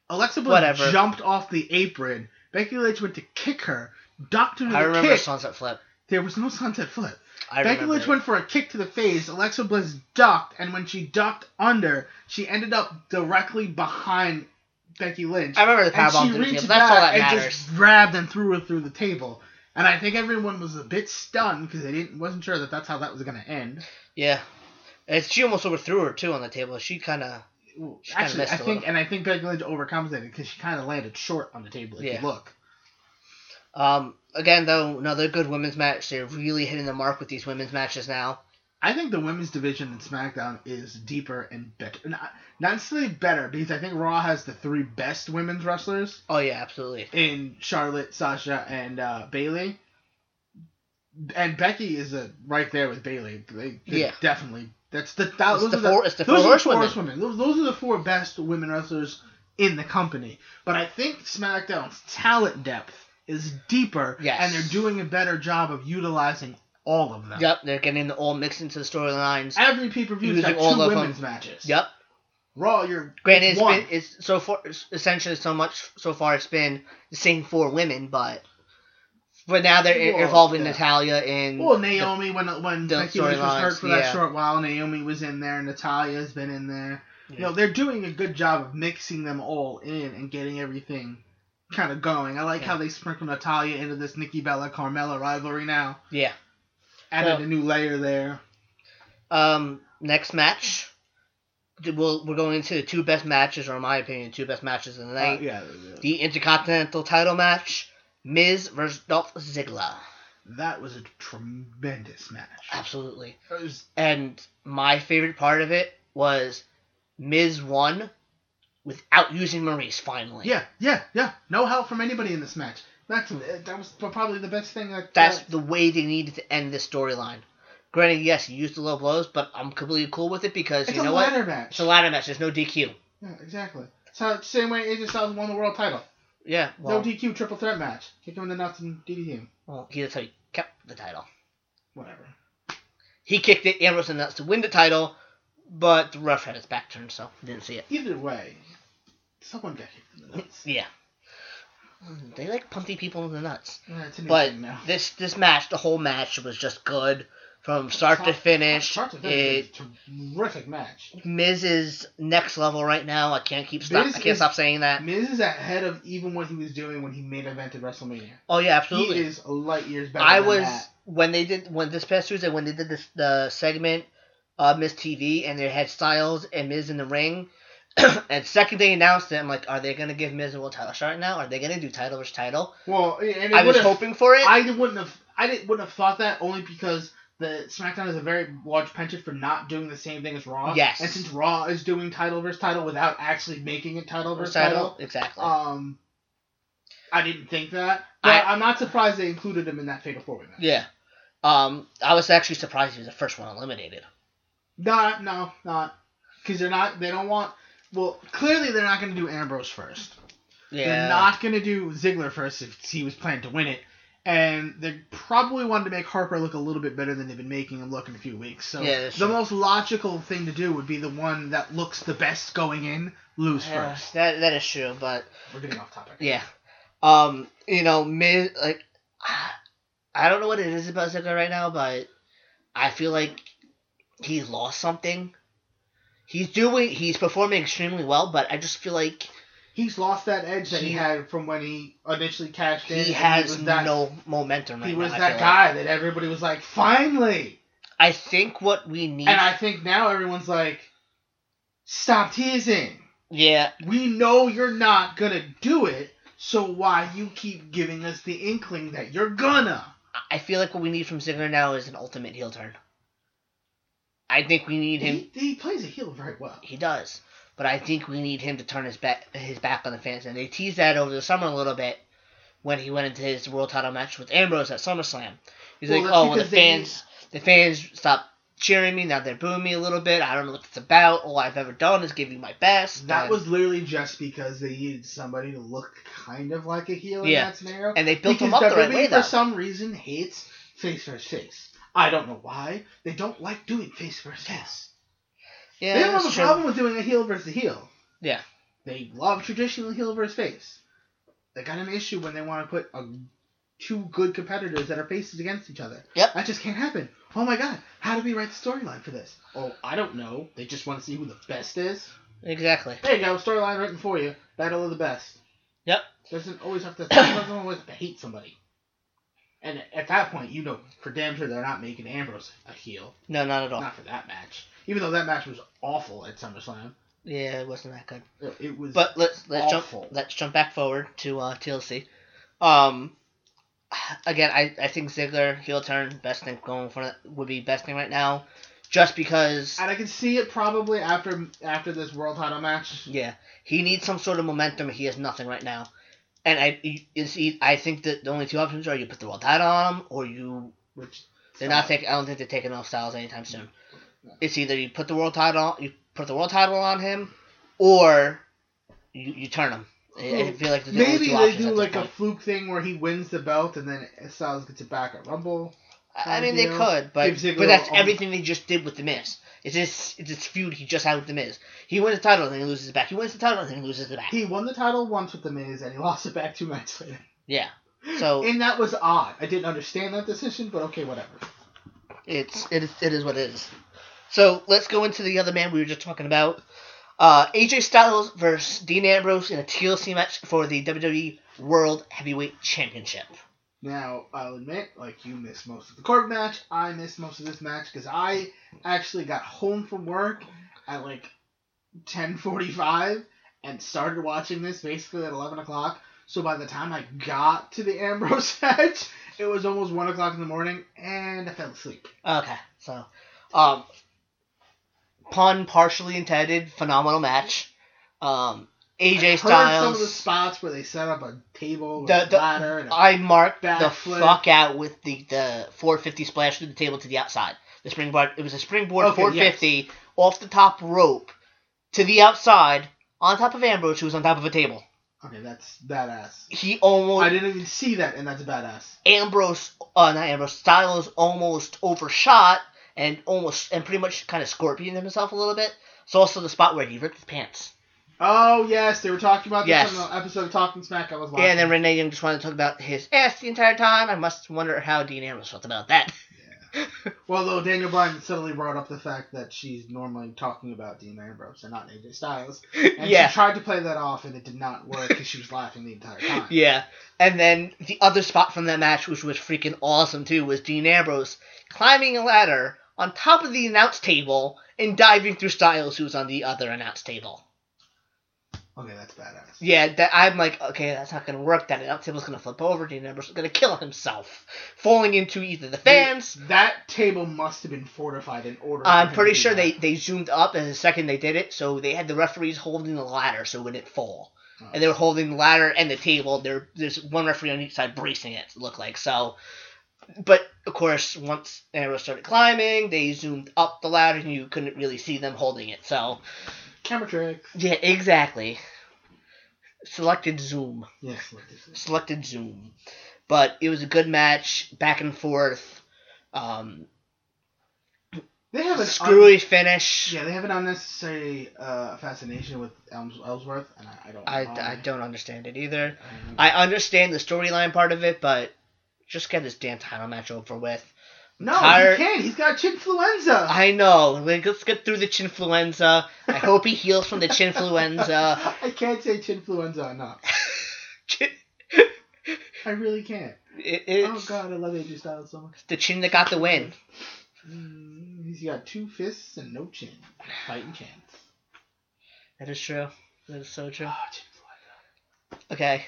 Speaker 2: Alexa Bliss
Speaker 1: Whatever.
Speaker 2: jumped off the apron. Becky Lynch went to kick her. Doctor
Speaker 1: I
Speaker 2: the
Speaker 1: remember
Speaker 2: kick.
Speaker 1: sunset flip.
Speaker 2: There was no sunset flip.
Speaker 1: I
Speaker 2: Becky
Speaker 1: remember.
Speaker 2: Lynch
Speaker 1: it.
Speaker 2: went for a kick to the face. Alexa Bliss ducked, and when she ducked under, she ended up directly behind Becky Lynch.
Speaker 1: I remember the
Speaker 2: and
Speaker 1: powerbomb
Speaker 2: she
Speaker 1: through the
Speaker 2: reached
Speaker 1: table.
Speaker 2: back
Speaker 1: That's all that
Speaker 2: and
Speaker 1: matters.
Speaker 2: just grabbed and threw her through the table. And I think everyone was a bit stunned because they didn't wasn't sure that that's how that was gonna end.
Speaker 1: Yeah. And she almost overthrew her too on the table. She kind of
Speaker 2: Ooh,
Speaker 1: She kinda
Speaker 2: Actually,
Speaker 1: missed
Speaker 2: I
Speaker 1: a
Speaker 2: think
Speaker 1: little.
Speaker 2: and I think Becky Lynch overcompensated because she kind of landed short on the table. If
Speaker 1: Yeah.
Speaker 2: you look,
Speaker 1: um again though another good women's match. They're really hitting the mark with these women's matches now.
Speaker 2: I think the women's division in SmackDown is deeper and better. Not, not necessarily better because I think Raw has the three best women's wrestlers.
Speaker 1: Oh yeah, absolutely.
Speaker 2: in Charlotte, Sasha, and uh, Bailey. And Becky is uh right there with Bailey. They, they
Speaker 1: Yeah.
Speaker 2: definitely. That's the that,
Speaker 1: It's
Speaker 2: Oh, those
Speaker 1: the
Speaker 2: are the,
Speaker 1: four. It's the
Speaker 2: those
Speaker 1: four
Speaker 2: are the
Speaker 1: worst
Speaker 2: four
Speaker 1: women.
Speaker 2: horsewomen. Those, those are the four best women wrestlers in the company. But I think SmackDown's talent depth is deeper,
Speaker 1: Yes.
Speaker 2: and they're doing a better job of utilizing all of them.
Speaker 1: Yep, they're getting all mixed into the storylines.
Speaker 2: Every pay per view's
Speaker 1: Using
Speaker 2: got
Speaker 1: all
Speaker 2: two
Speaker 1: of
Speaker 2: women's
Speaker 1: them.
Speaker 2: matches.
Speaker 1: Yep.
Speaker 2: Raw, you're
Speaker 1: Granted, it's
Speaker 2: one.
Speaker 1: been it's so far it's essentially so much so far. It's been the same four women, but but now they're
Speaker 2: Well,
Speaker 1: involving
Speaker 2: yeah.
Speaker 1: Natalia and
Speaker 2: Well, Naomi when when
Speaker 1: the
Speaker 2: Becky Lynch was hurt
Speaker 1: storylines,
Speaker 2: for that
Speaker 1: yeah.
Speaker 2: short while, Naomi was in there. Natalia's been in there.
Speaker 1: Yeah.
Speaker 2: You know, they're doing a good job of mixing them all in and getting everything kind of going. I like
Speaker 1: Yeah.
Speaker 2: how they sprinkle Natalia into this Nikki Bella Carmella rivalry now.
Speaker 1: yeah.
Speaker 2: Added
Speaker 1: Well-
Speaker 2: a new layer there.
Speaker 1: Um, next match. We'll, we're going into the two best matches, or in my opinion, two best matches of the night.
Speaker 2: Uh, yeah,
Speaker 1: The Intercontinental title match, Miz versus Dolph Ziggler.
Speaker 2: that was a tremendous match.
Speaker 1: Absolutely.
Speaker 2: It was
Speaker 1: And my favorite part of it was Miz won without using Maurice finally.
Speaker 2: yeah, yeah, yeah. No help from anybody in this match. That's that was probably the best thing that
Speaker 1: That's the way they needed to end this storyline. Granted, yes, he used the low blows, but I'm completely cool with it because
Speaker 2: it's
Speaker 1: you
Speaker 2: a
Speaker 1: know what?
Speaker 2: ladder match.
Speaker 1: It's a ladder match. There's no DQ.
Speaker 2: Yeah, exactly. So same way AJ Styles won the world title.
Speaker 1: Yeah. Well,
Speaker 2: no DQ triple threat match. Kick him in the nuts and DDT him.
Speaker 1: well he, that's how he kept the title.
Speaker 2: Whatever.
Speaker 1: He kicked it, Ambrose and that's to win the title, but the ref had his back turned, so didn't see it.
Speaker 2: Either way, someone got kicked in the nuts.
Speaker 1: Yeah. Mm, They like punting people in the nuts.
Speaker 2: Uh, it's a new
Speaker 1: But
Speaker 2: thing now.
Speaker 1: this this match, the whole match was just good from start to finish.
Speaker 2: Start to
Speaker 1: It,
Speaker 2: finish, it's a terrific match.
Speaker 1: Miz is next level right now. I can't keep stop. I
Speaker 2: Miz
Speaker 1: can't
Speaker 2: is-
Speaker 1: stop saying that.
Speaker 2: Miz is ahead of even what he was doing when he made evented WrestleMania.
Speaker 1: Oh yeah, absolutely.
Speaker 2: He is light years better.
Speaker 1: I
Speaker 2: than
Speaker 1: was
Speaker 2: that.
Speaker 1: when they did when this past Tuesday when they did this the segment uh Miss TV and they had Styles and Miz in the ring. and second they announced it, I'm like, are they gonna give Miz a world title shot now? Are they gonna do title versus title?
Speaker 2: Well, and it
Speaker 1: I was
Speaker 2: would've-
Speaker 1: hoping for it.
Speaker 2: I wouldn't have. I didn't, wouldn't have thought that only because the SmackDown has a very large penchant for not doing the same thing as Raw.
Speaker 1: Yes.
Speaker 2: And since Raw is doing title versus title without actually making it title versus
Speaker 1: title,
Speaker 2: title,
Speaker 1: exactly.
Speaker 2: um, I didn't think that. But
Speaker 1: I-
Speaker 2: I, am not surprised they included him in that Fatal Four Way match.
Speaker 1: yeah. Um, I was actually surprised he was the first one eliminated.
Speaker 2: No, no, not because they're not. They don't want. Well, clearly they're not going to do Ambrose first.
Speaker 1: Yeah.
Speaker 2: They're not going to do Ziggler first if he was planned to win it. And they probably wanted to make Harper look a little bit better than they've been making him look in a few weeks. So
Speaker 1: Yeah,
Speaker 2: the
Speaker 1: that's true.
Speaker 2: most logical thing to do would be the one that looks the best going in lose
Speaker 1: Yeah,
Speaker 2: first.
Speaker 1: that that is true, but
Speaker 2: We're getting off topic.
Speaker 1: yeah. Um, you know, Miz like ah, I don't know what it is about Ziggler right now, but I feel like he's lost something. He's doing he's performing extremely well, but I just feel like
Speaker 2: He's lost that edge that he,
Speaker 1: He-
Speaker 2: had from when he initially cashed in.
Speaker 1: he
Speaker 2: and
Speaker 1: has
Speaker 2: was that,
Speaker 1: no momentum right
Speaker 2: He was
Speaker 1: now. I
Speaker 2: that
Speaker 1: feel like.
Speaker 2: guy that everybody was like, finally.
Speaker 1: I think what we need
Speaker 2: And I think now everyone's like, stop teasing.
Speaker 1: Yeah,
Speaker 2: We know you're not gonna do it, so why you keep giving us the inkling that you're gonna?
Speaker 1: I- I feel like what we need from Ziggler now is an ultimate heel turn. I think we need him
Speaker 2: He, he plays a heel very well.
Speaker 1: He does. But I think we need him to turn his back his back on the fans, and they teased that over the summer a little bit when he went into his world title match with Ambrose at SummerSlam. He's
Speaker 2: Well,
Speaker 1: like,
Speaker 2: that's
Speaker 1: oh, well, the
Speaker 2: because they-
Speaker 1: fans the fans stopped cheering me now they're booing me a little bit. I don't know what it's about. All I've ever done is give you my best.
Speaker 2: That
Speaker 1: and-
Speaker 2: was literally just because they needed somebody to look kind of like a heel in
Speaker 1: Yeah.
Speaker 2: that scenario.
Speaker 1: and they built him
Speaker 2: Because
Speaker 1: up the right
Speaker 2: WWE,
Speaker 1: way
Speaker 2: for
Speaker 1: though.
Speaker 2: some reason hates face versus face. I don't know why. They don't like doing face versus face.
Speaker 1: yeah,
Speaker 2: they don't have
Speaker 1: that's
Speaker 2: a
Speaker 1: true.
Speaker 2: problem with doing a heel versus heel.
Speaker 1: Yeah.
Speaker 2: They love traditional heel versus face. They got an issue when they want to put a, two good competitors that are faces against each other.
Speaker 1: Yep.
Speaker 2: That just can't happen. Oh my god, how do we write the storyline for this? Oh, I don't know. They just want to see who the best is.
Speaker 1: Exactly.
Speaker 2: There you go, storyline written for you. Battle of the best.
Speaker 1: Yep.
Speaker 2: Doesn't always have to. Doesn't always have to hate somebody. And at that point, you know for damn sure they're not making Ambrose a heel.
Speaker 1: No, not at all.
Speaker 2: Not for that match. Even though that match was awful at SummerSlam,
Speaker 1: Yeah, it wasn't that good.
Speaker 2: it, it was.
Speaker 1: But let's let's
Speaker 2: awful.
Speaker 1: jump let's jump back forward to uh, TLC. Um, again, I, I think Ziggler heel turn best thing going for would be best thing right now, just because
Speaker 2: and I can see it probably after after this world title match.
Speaker 1: yeah he needs some sort of momentum. He has nothing right now, and I you see I think that the only two options are you put the world title on him or you
Speaker 2: Which
Speaker 1: they're not taking I don't think they're taking off Styles anytime soon. It's either you put the world title you put the world title on him, or you, you turn him. I I feel like there's only
Speaker 2: Maybe
Speaker 1: two
Speaker 2: they
Speaker 1: options at
Speaker 2: do
Speaker 1: this
Speaker 2: like a
Speaker 1: point.
Speaker 2: fluke thing where he wins the belt and then Styles gets it back at Rumble.
Speaker 1: I I mean,
Speaker 2: Fangio,
Speaker 1: they could, but
Speaker 2: Dave Ziggler,
Speaker 1: but that's
Speaker 2: um,
Speaker 1: everything they just did with the Miz. It's this it's this feud he just had with the Miz. He wins the title and then he loses it back. He wins the title and then he loses it back.
Speaker 2: He won the title once with the Miz and he lost it back two nights later.
Speaker 1: yeah. So
Speaker 2: And that was odd. I didn't understand that decision, but okay, whatever.
Speaker 1: it's it is it is what it is. So let's go into the other man we were just talking about. Uh, AJ Styles versus Dean Ambrose in a TLC match for the WWE World Heavyweight Championship.
Speaker 2: Now, I'll admit, like, you missed most of the court match. I missed most of this match because I actually got home from work at, like, 10.45 and started watching this basically at 11 o'clock. So by the time I got to the Ambrose match, it was almost 1 o'clock in the morning, and I fell asleep.
Speaker 1: Okay, so um, pun partially intended. Phenomenal match. Um, AJ
Speaker 2: I
Speaker 1: Styles.
Speaker 2: Heard some of the spots where they set up a table with
Speaker 1: The-
Speaker 2: a
Speaker 1: the-
Speaker 2: ladder and a
Speaker 1: I marked the
Speaker 2: Backflip.
Speaker 1: fuck out with the, the 450 splash through the table to the outside. The springboard. It was a springboard
Speaker 2: Okay,
Speaker 1: 450 off the top rope to the outside on top of Ambrose, who was on top of a table.
Speaker 2: Okay, that's badass.
Speaker 1: He
Speaker 2: I
Speaker 1: almost
Speaker 2: didn't even see that, and that's badass.
Speaker 1: Ambrose, uh, not Ambrose Styles, almost overshot and almost and pretty much kind of scorpioned himself a little bit. It's also the spot where he ripped his pants.
Speaker 2: Oh yes, they were talking about this
Speaker 1: Yes.
Speaker 2: on the episode of Talking Smack I was watching.
Speaker 1: Yeah, and then Renee Young just wanted to talk about his ass the entire time. I must wonder how Dean Ambrose felt about that.
Speaker 2: Well, though Daniel Bryan suddenly brought up the fact that she's normally talking about Dean Ambrose and not AJ Styles, and
Speaker 1: yeah.
Speaker 2: she tried to play that off, and it did not work because she was laughing the entire time.
Speaker 1: Yeah. And then the other spot from that match, which was freaking awesome too, was Dean Ambrose climbing a ladder on top of the announce table and diving through Styles, who was on the other announce table.
Speaker 2: Okay, that's badass.
Speaker 1: Yeah, that I'm like, okay, that's not gonna work. That announce table's gonna flip over. Dean Ambrose is gonna kill himself, falling into either the fans.
Speaker 2: That table must have been fortified in order. for him
Speaker 1: I'm
Speaker 2: to
Speaker 1: pretty
Speaker 2: do
Speaker 1: sure
Speaker 2: that.
Speaker 1: they, they zoomed up, and the second they did it, so they had the referees holding the ladder so it wouldn't fall.
Speaker 2: Oh.
Speaker 1: and they were holding the ladder and the table. There, there's one referee on each side bracing it. It looked like so, but of course, once Arrow started climbing, they zoomed up the ladder, and you couldn't really see them holding it. So,
Speaker 2: camera tricks.
Speaker 1: yeah, exactly. Selected zoom,
Speaker 2: Yes, look, this is-
Speaker 1: selected zoom, but it was a good match, back and forth. Um,
Speaker 2: they have an un-
Speaker 1: screwy finish.
Speaker 2: yeah, they have an unnecessary uh, fascination with Elms- Ellsworth, and I, I don't.
Speaker 1: I,
Speaker 2: know
Speaker 1: I
Speaker 2: why.
Speaker 1: don't understand it either.
Speaker 2: I don't-
Speaker 1: I understand the storyline part of it, but just get this damn title match over with.
Speaker 2: no,
Speaker 1: tired-
Speaker 2: he can't. He's got chinfluenza.
Speaker 1: I know. Like, let's get through the chinfluenza. I hope he heals from the chinfluenza.
Speaker 2: I can't say chinfluenza enough.
Speaker 1: uh, Chin,
Speaker 2: I really can't.
Speaker 1: it, it's
Speaker 2: Oh God, I love AJ Styles so much.
Speaker 1: the chin that got the win.
Speaker 2: Mm, He's got two fists and no chin. Fighting chance.
Speaker 1: That is true. That is so true.
Speaker 2: Ah, chinfluenza.
Speaker 1: Okay.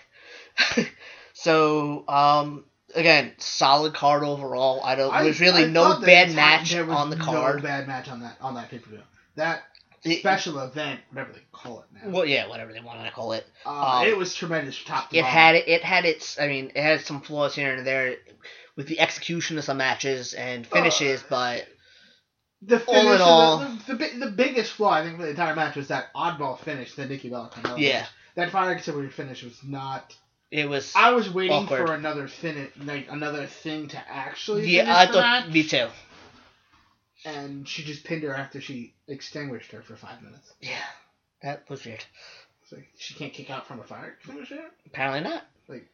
Speaker 1: so, um, again, solid card overall. I don't.
Speaker 2: I-
Speaker 1: There was really
Speaker 2: I
Speaker 1: no
Speaker 2: thought that
Speaker 1: bad
Speaker 2: ti-
Speaker 1: match
Speaker 2: there was
Speaker 1: on the card.
Speaker 2: No bad match on that on that pay per view. That
Speaker 1: It-
Speaker 2: special event, whatever they call it now.
Speaker 1: well, yeah, whatever they want to call it.
Speaker 2: uh,
Speaker 1: um,
Speaker 2: it was tremendous top to
Speaker 1: It
Speaker 2: bottom.
Speaker 1: had it had its. I mean, it had some flaws here and there with the execution of some matches
Speaker 2: Oh.
Speaker 1: and finishes, but
Speaker 2: the
Speaker 1: all in
Speaker 2: finish. of the-
Speaker 1: all-
Speaker 2: the, the, bi- the biggest flaw I think for the entire match was that oddball finish that Nikki Bella came out.
Speaker 1: Yeah.
Speaker 2: with. That fire extinguisher finish was not.
Speaker 1: it was.
Speaker 2: I was waiting
Speaker 1: Awkward.
Speaker 2: for another finish, like another thing to actually.
Speaker 1: Yeah,
Speaker 2: finish
Speaker 1: I
Speaker 2: the
Speaker 1: thought.
Speaker 2: match,
Speaker 1: Me too.
Speaker 2: and she just pinned her after she extinguished her for five minutes.
Speaker 1: Yeah, that was weird.
Speaker 2: It's like she can't kick out from a fire extinguisher.
Speaker 1: Apparently not.
Speaker 2: Like-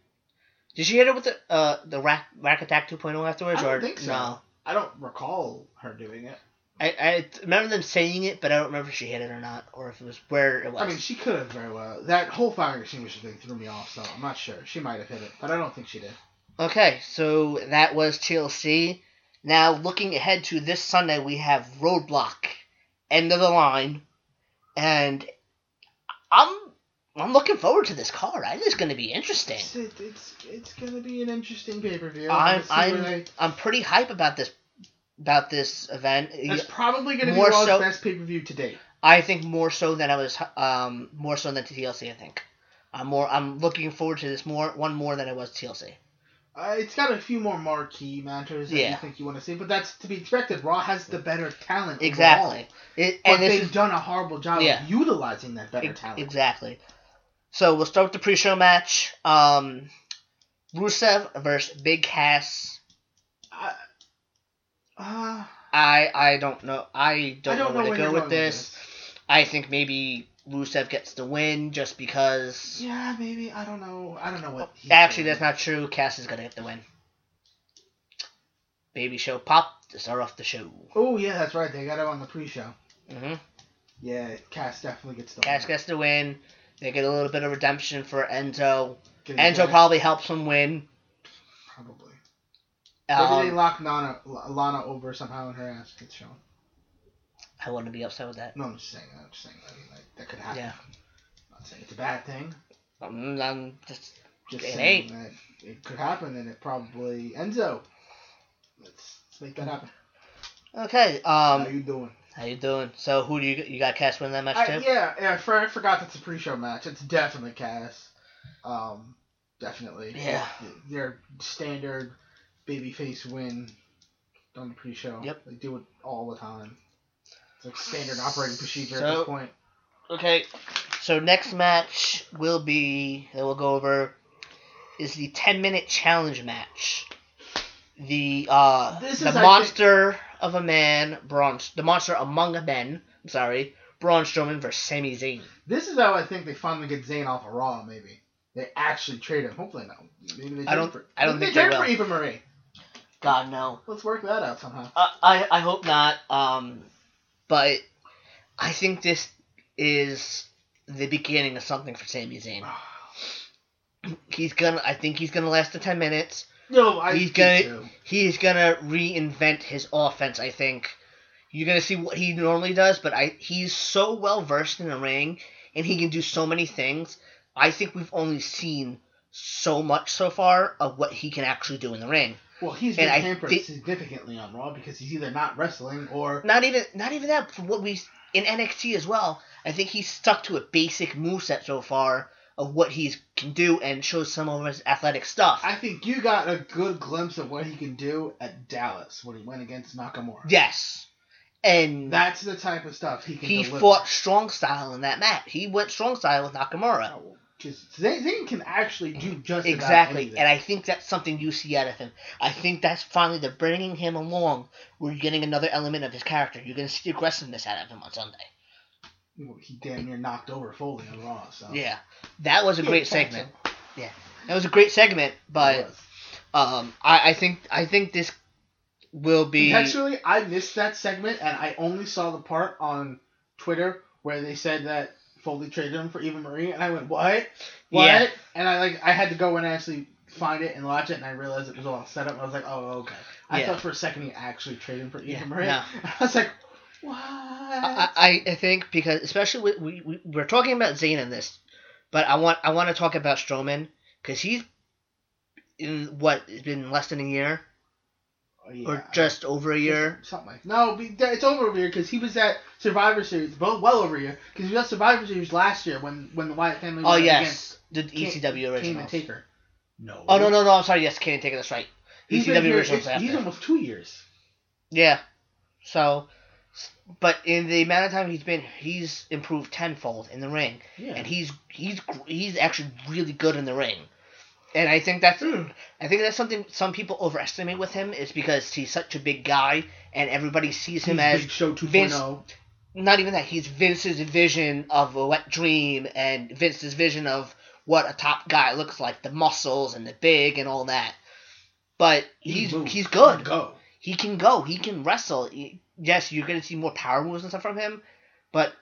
Speaker 1: did she hit it with the uh the rack rack attack 2.0 afterwards?
Speaker 2: I don't
Speaker 1: or
Speaker 2: think so.
Speaker 1: No,
Speaker 2: I don't recall her doing it.
Speaker 1: I, I remember them saying it, but I don't remember if she hit it or not, or if it was where it was.
Speaker 2: I mean, she could have very well. That whole fire extinguisher thing threw me off, so I'm not sure. She might have hit it, but I don't think she did.
Speaker 1: okay, so that was TLC. Now looking ahead to this Sunday, we have Roadblock, End of the Line, and I'm I'm looking forward to this card. I think it's going to be interesting.
Speaker 2: It's it's, it's gonna be an interesting pay per view.
Speaker 1: I'm I'm I'm pretty hype about this about this event.
Speaker 2: That's probably gonna be
Speaker 1: more
Speaker 2: Raw's
Speaker 1: so-
Speaker 2: best pay per view to date.
Speaker 1: I think more so than I was um more so than TLC. I think I'm more I'm looking forward to this more one more than I was TLC.
Speaker 2: Uh, it's got a few more marquee matches that
Speaker 1: Yeah.
Speaker 2: you think you want to see, but that's to be expected. Raw has the better talent.
Speaker 1: Exactly.
Speaker 2: overall,
Speaker 1: It,
Speaker 2: but
Speaker 1: and this
Speaker 2: they've
Speaker 1: is
Speaker 2: done a horrible job
Speaker 1: Yeah.
Speaker 2: of utilizing that better
Speaker 1: ex-
Speaker 2: talent.
Speaker 1: exactly. So we'll start with the pre-show match. Um, Rusev versus Big Cass.
Speaker 2: I, uh,
Speaker 1: I I don't know. I don't,
Speaker 2: I don't
Speaker 1: know where to
Speaker 2: you're
Speaker 1: go
Speaker 2: going
Speaker 1: with this. I think maybe Rusev gets the win just because.
Speaker 2: Yeah, maybe I don't know. I don't know what. he's
Speaker 1: Actually,
Speaker 2: doing.
Speaker 1: that's not true. Cass is gonna get the win. Baby show pop to start off the show.
Speaker 2: Oh yeah, that's right. They got him on the pre-show.
Speaker 1: hmm
Speaker 2: Mm-hmm. Yeah, Cass definitely gets the.
Speaker 1: Cass gets the win. They get a little bit of redemption for Enzo.
Speaker 2: Gonna get
Speaker 1: Enzo
Speaker 2: it,
Speaker 1: probably helps him win.
Speaker 2: probably. Maybe they
Speaker 1: Um,
Speaker 2: lock Lana, L- Lana over somehow, and her ass gets shown.
Speaker 1: I wouldn't be upset with that.
Speaker 2: No, I'm just saying. I'm just saying. I mean, like that could happen.
Speaker 1: Yeah.
Speaker 2: I'm not saying it's a bad thing.
Speaker 1: Um, I'm just
Speaker 2: Just
Speaker 1: It
Speaker 2: saying that it could happen, and it probably Enzo. Let's, let's make that happen.
Speaker 1: okay.
Speaker 2: How
Speaker 1: Um,
Speaker 2: you doing?
Speaker 1: how you doing? So who do you you got? Cass win that match
Speaker 2: I,
Speaker 1: too.
Speaker 2: yeah, yeah. I, for, I forgot that's a pre-show match. It's definitely Cass. Um, definitely.
Speaker 1: Yeah.
Speaker 2: Their standard babyface win on the pre-show.
Speaker 1: Yep.
Speaker 2: They do it all the time. It's like standard operating procedure at
Speaker 1: So-
Speaker 2: this point.
Speaker 1: Okay. So next match will be that we'll go over is the ten minute challenge match. The uh
Speaker 2: This
Speaker 1: the
Speaker 2: is, I
Speaker 1: monster of a man Braun the monster among men. I'm sorry, Braun Strowman versus Sami Zayn.
Speaker 2: This is how I think they finally get Zayn off of Raw. Maybe they actually trade him. Hopefully not. Maybe they
Speaker 1: I
Speaker 2: trade
Speaker 1: don't-
Speaker 2: For,
Speaker 1: I don't
Speaker 2: maybe
Speaker 1: think they
Speaker 2: trade
Speaker 1: will.
Speaker 2: for Eva Marie.
Speaker 1: God no.
Speaker 2: Let's work that out somehow.
Speaker 1: Uh, I I, I hope not. Um, but I think this is the beginning of something for Sami Zayn. He's gonna. I think he's gonna last the ten minutes.
Speaker 2: No, I
Speaker 1: He's
Speaker 2: think
Speaker 1: gonna-
Speaker 2: so.
Speaker 1: He's gonna reinvent his offense. I think you're gonna see what he normally does, but I he's so well versed in the ring and he can do so many things. I think we've only seen so much so far of what he can actually do in the ring.
Speaker 2: Well, he's been
Speaker 1: and I
Speaker 2: hampered
Speaker 1: thi-
Speaker 2: significantly on Raw because he's either not wrestling or
Speaker 1: Not even not even that. From what we in NXT as well, I think he's stuck to a basic moveset so far of what he can do and shows some of his athletic stuff.
Speaker 2: I think you got a good glimpse of what he can do at Dallas when he went against Nakamura.
Speaker 1: yes, and
Speaker 2: That's the type of stuff he can
Speaker 1: he
Speaker 2: deliver.
Speaker 1: fought strong style in that match. He went strong style with Nakamura.
Speaker 2: Oh, Just Zayn Zayn can actually do just about
Speaker 1: Exactly,
Speaker 2: anything.
Speaker 1: and I think that's something you see out of him. I think that's finally they're bringing him along. We're getting another element of his character. You're going to see aggressiveness out of him on Sunday.
Speaker 2: Well, he damn near knocked over Foley on Raw. So
Speaker 1: Yeah, that was a
Speaker 2: Oh. Yeah,
Speaker 1: great
Speaker 2: he had
Speaker 1: segment.
Speaker 2: to.
Speaker 1: That was a great segment,
Speaker 2: It
Speaker 1: but
Speaker 2: was.
Speaker 1: um, I, I think I think this will be
Speaker 2: Actually, I missed that segment, and I only saw the part on Twitter where they said that Foley traded him for Eva Marie, and I went, "What? What?"
Speaker 1: Yeah.
Speaker 2: And I like, I had to go and actually find it and watch it, and I realized it was all set up. And I was like, "Oh, okay." I
Speaker 1: Yeah.
Speaker 2: thought for a second he actually traded him for Eva
Speaker 1: Yeah,
Speaker 2: Marie.
Speaker 1: no.
Speaker 2: I was like, "What?"
Speaker 1: I, I I think because especially with, we, we we're talking about Zayn in this, but I want I want to talk about Strowman because he's in what it's been less than a year
Speaker 2: Oh, yeah.
Speaker 1: or just over a year.
Speaker 2: Something like no, be- it's over over here because he was at Survivor Series, well, well over a year because he was at Survivor Series last year when when the Wyatt family.
Speaker 1: Oh
Speaker 2: went
Speaker 1: yes, the E
Speaker 2: against
Speaker 1: ECW
Speaker 2: Kane
Speaker 1: original.
Speaker 2: and Taker. No.
Speaker 1: Oh no no no! I'm sorry. Yes, Kane and Taker. That's right.
Speaker 2: He's been
Speaker 1: ECW
Speaker 2: here-
Speaker 1: originals
Speaker 2: it's- He's
Speaker 1: after.
Speaker 2: almost two years.
Speaker 1: Yeah. So, but in the amount of time he's been, he's improved tenfold in the ring,
Speaker 2: Yeah.
Speaker 1: and he's he's gr- he's actually really good in the ring. And I think that's I think that's something some people overestimate with him is because he's such a big guy and everybody sees him as
Speaker 2: Big Show oh. 2.0.
Speaker 1: Vince- not even that he's Vince's vision of a wet dream and Vince's vision of what a top guy looks like the muscles and the big and all that but he's
Speaker 2: moves.
Speaker 1: he's good
Speaker 2: Go.
Speaker 1: he can go he can wrestle He- yes you're going to see more power moves and stuff from him but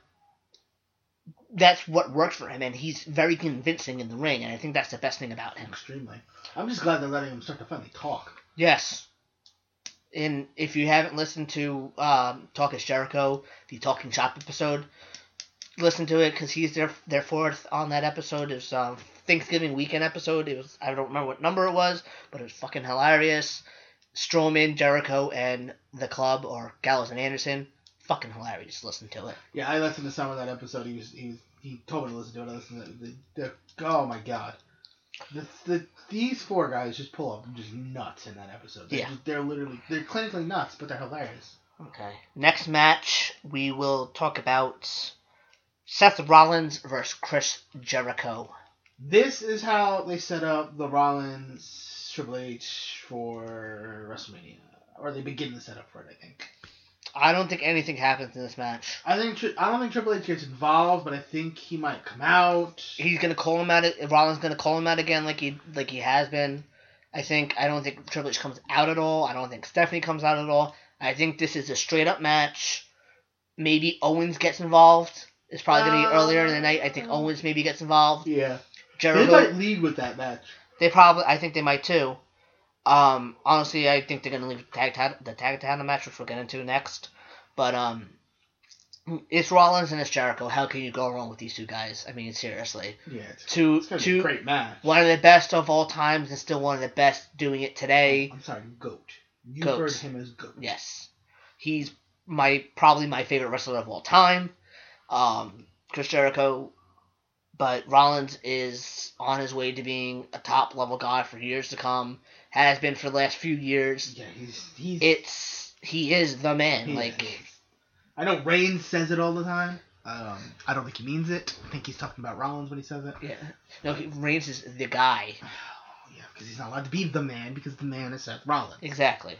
Speaker 1: that's what works for him and he's very convincing in the ring and I think that's the best thing about him
Speaker 2: Extremely. I'm just glad they're letting him start to finally talk.
Speaker 1: Yes. And if you haven't listened to um, Talk is Jericho, the Talking Shop episode, listen to it because he's their their fourth on that episode. It was um, Thanksgiving weekend episode. It was I don't remember what number it was, but it was fucking hilarious. Strowman, Jericho, and the Club or Gallows and Anderson, fucking hilarious. Listen to it.
Speaker 2: Yeah, I listened to some of that episode. He was he was he told me to listen to it. I listened to it. The, the, oh my god. The, the, these four guys just pull up just nuts in that episode. They're,
Speaker 1: Yeah.
Speaker 2: just- they're literally they're clinically nuts, but they're hilarious.
Speaker 1: Okay. Next match, we will talk about Seth Rollins versus Chris Jericho.
Speaker 2: This is how they set up the Rollins Triple H for WrestleMania, or they begin the setup for it. I think.
Speaker 1: I don't think anything happens in this match.
Speaker 2: I think tri- I don't think Triple H gets involved, but I think he might come out.
Speaker 1: He's gonna call him out. Rollins gonna call him out again, like he like he has been. I think I don't think Triple H comes out at all. I don't think Stephanie comes out at all. I think this is a straight up match. Maybe Owens gets involved. It's probably gonna be
Speaker 2: Uh,
Speaker 1: earlier in the night. I think Owens maybe gets involved.
Speaker 2: Yeah, they
Speaker 1: Jericho,
Speaker 2: might lead with that match.
Speaker 1: they probably. I think they might too. Um, honestly, I think they're gonna leave tag title, the tag title match, which we'll get into next. But um, it's Rollins and it's Jericho. How can you go wrong with these two guys? I mean, seriously.
Speaker 2: Yeah, it's,
Speaker 1: Two,
Speaker 2: it's gonna be
Speaker 1: two,
Speaker 2: a great match.
Speaker 1: one of the best of all times, and still one of the best doing it today.
Speaker 2: I'm sorry, goat. You
Speaker 1: Goat.
Speaker 2: heard him as goat.
Speaker 1: Yes, he's my probably my favorite wrestler of all time. Um, Chris Jericho, but Rollins is on his way to being a top level guy for years to come. Has been for the last few years.
Speaker 2: Yeah, he's he's.
Speaker 1: It's he is the man.
Speaker 2: he
Speaker 1: like
Speaker 2: is. I know Reigns says it all the time. Um, I don't think he means it. I think he's talking about Rollins when he says it. Oh,
Speaker 1: yeah, no, he, Reigns is the guy.
Speaker 2: Yeah, because he's not allowed to be the man because the man is Seth Rollins.
Speaker 1: Exactly.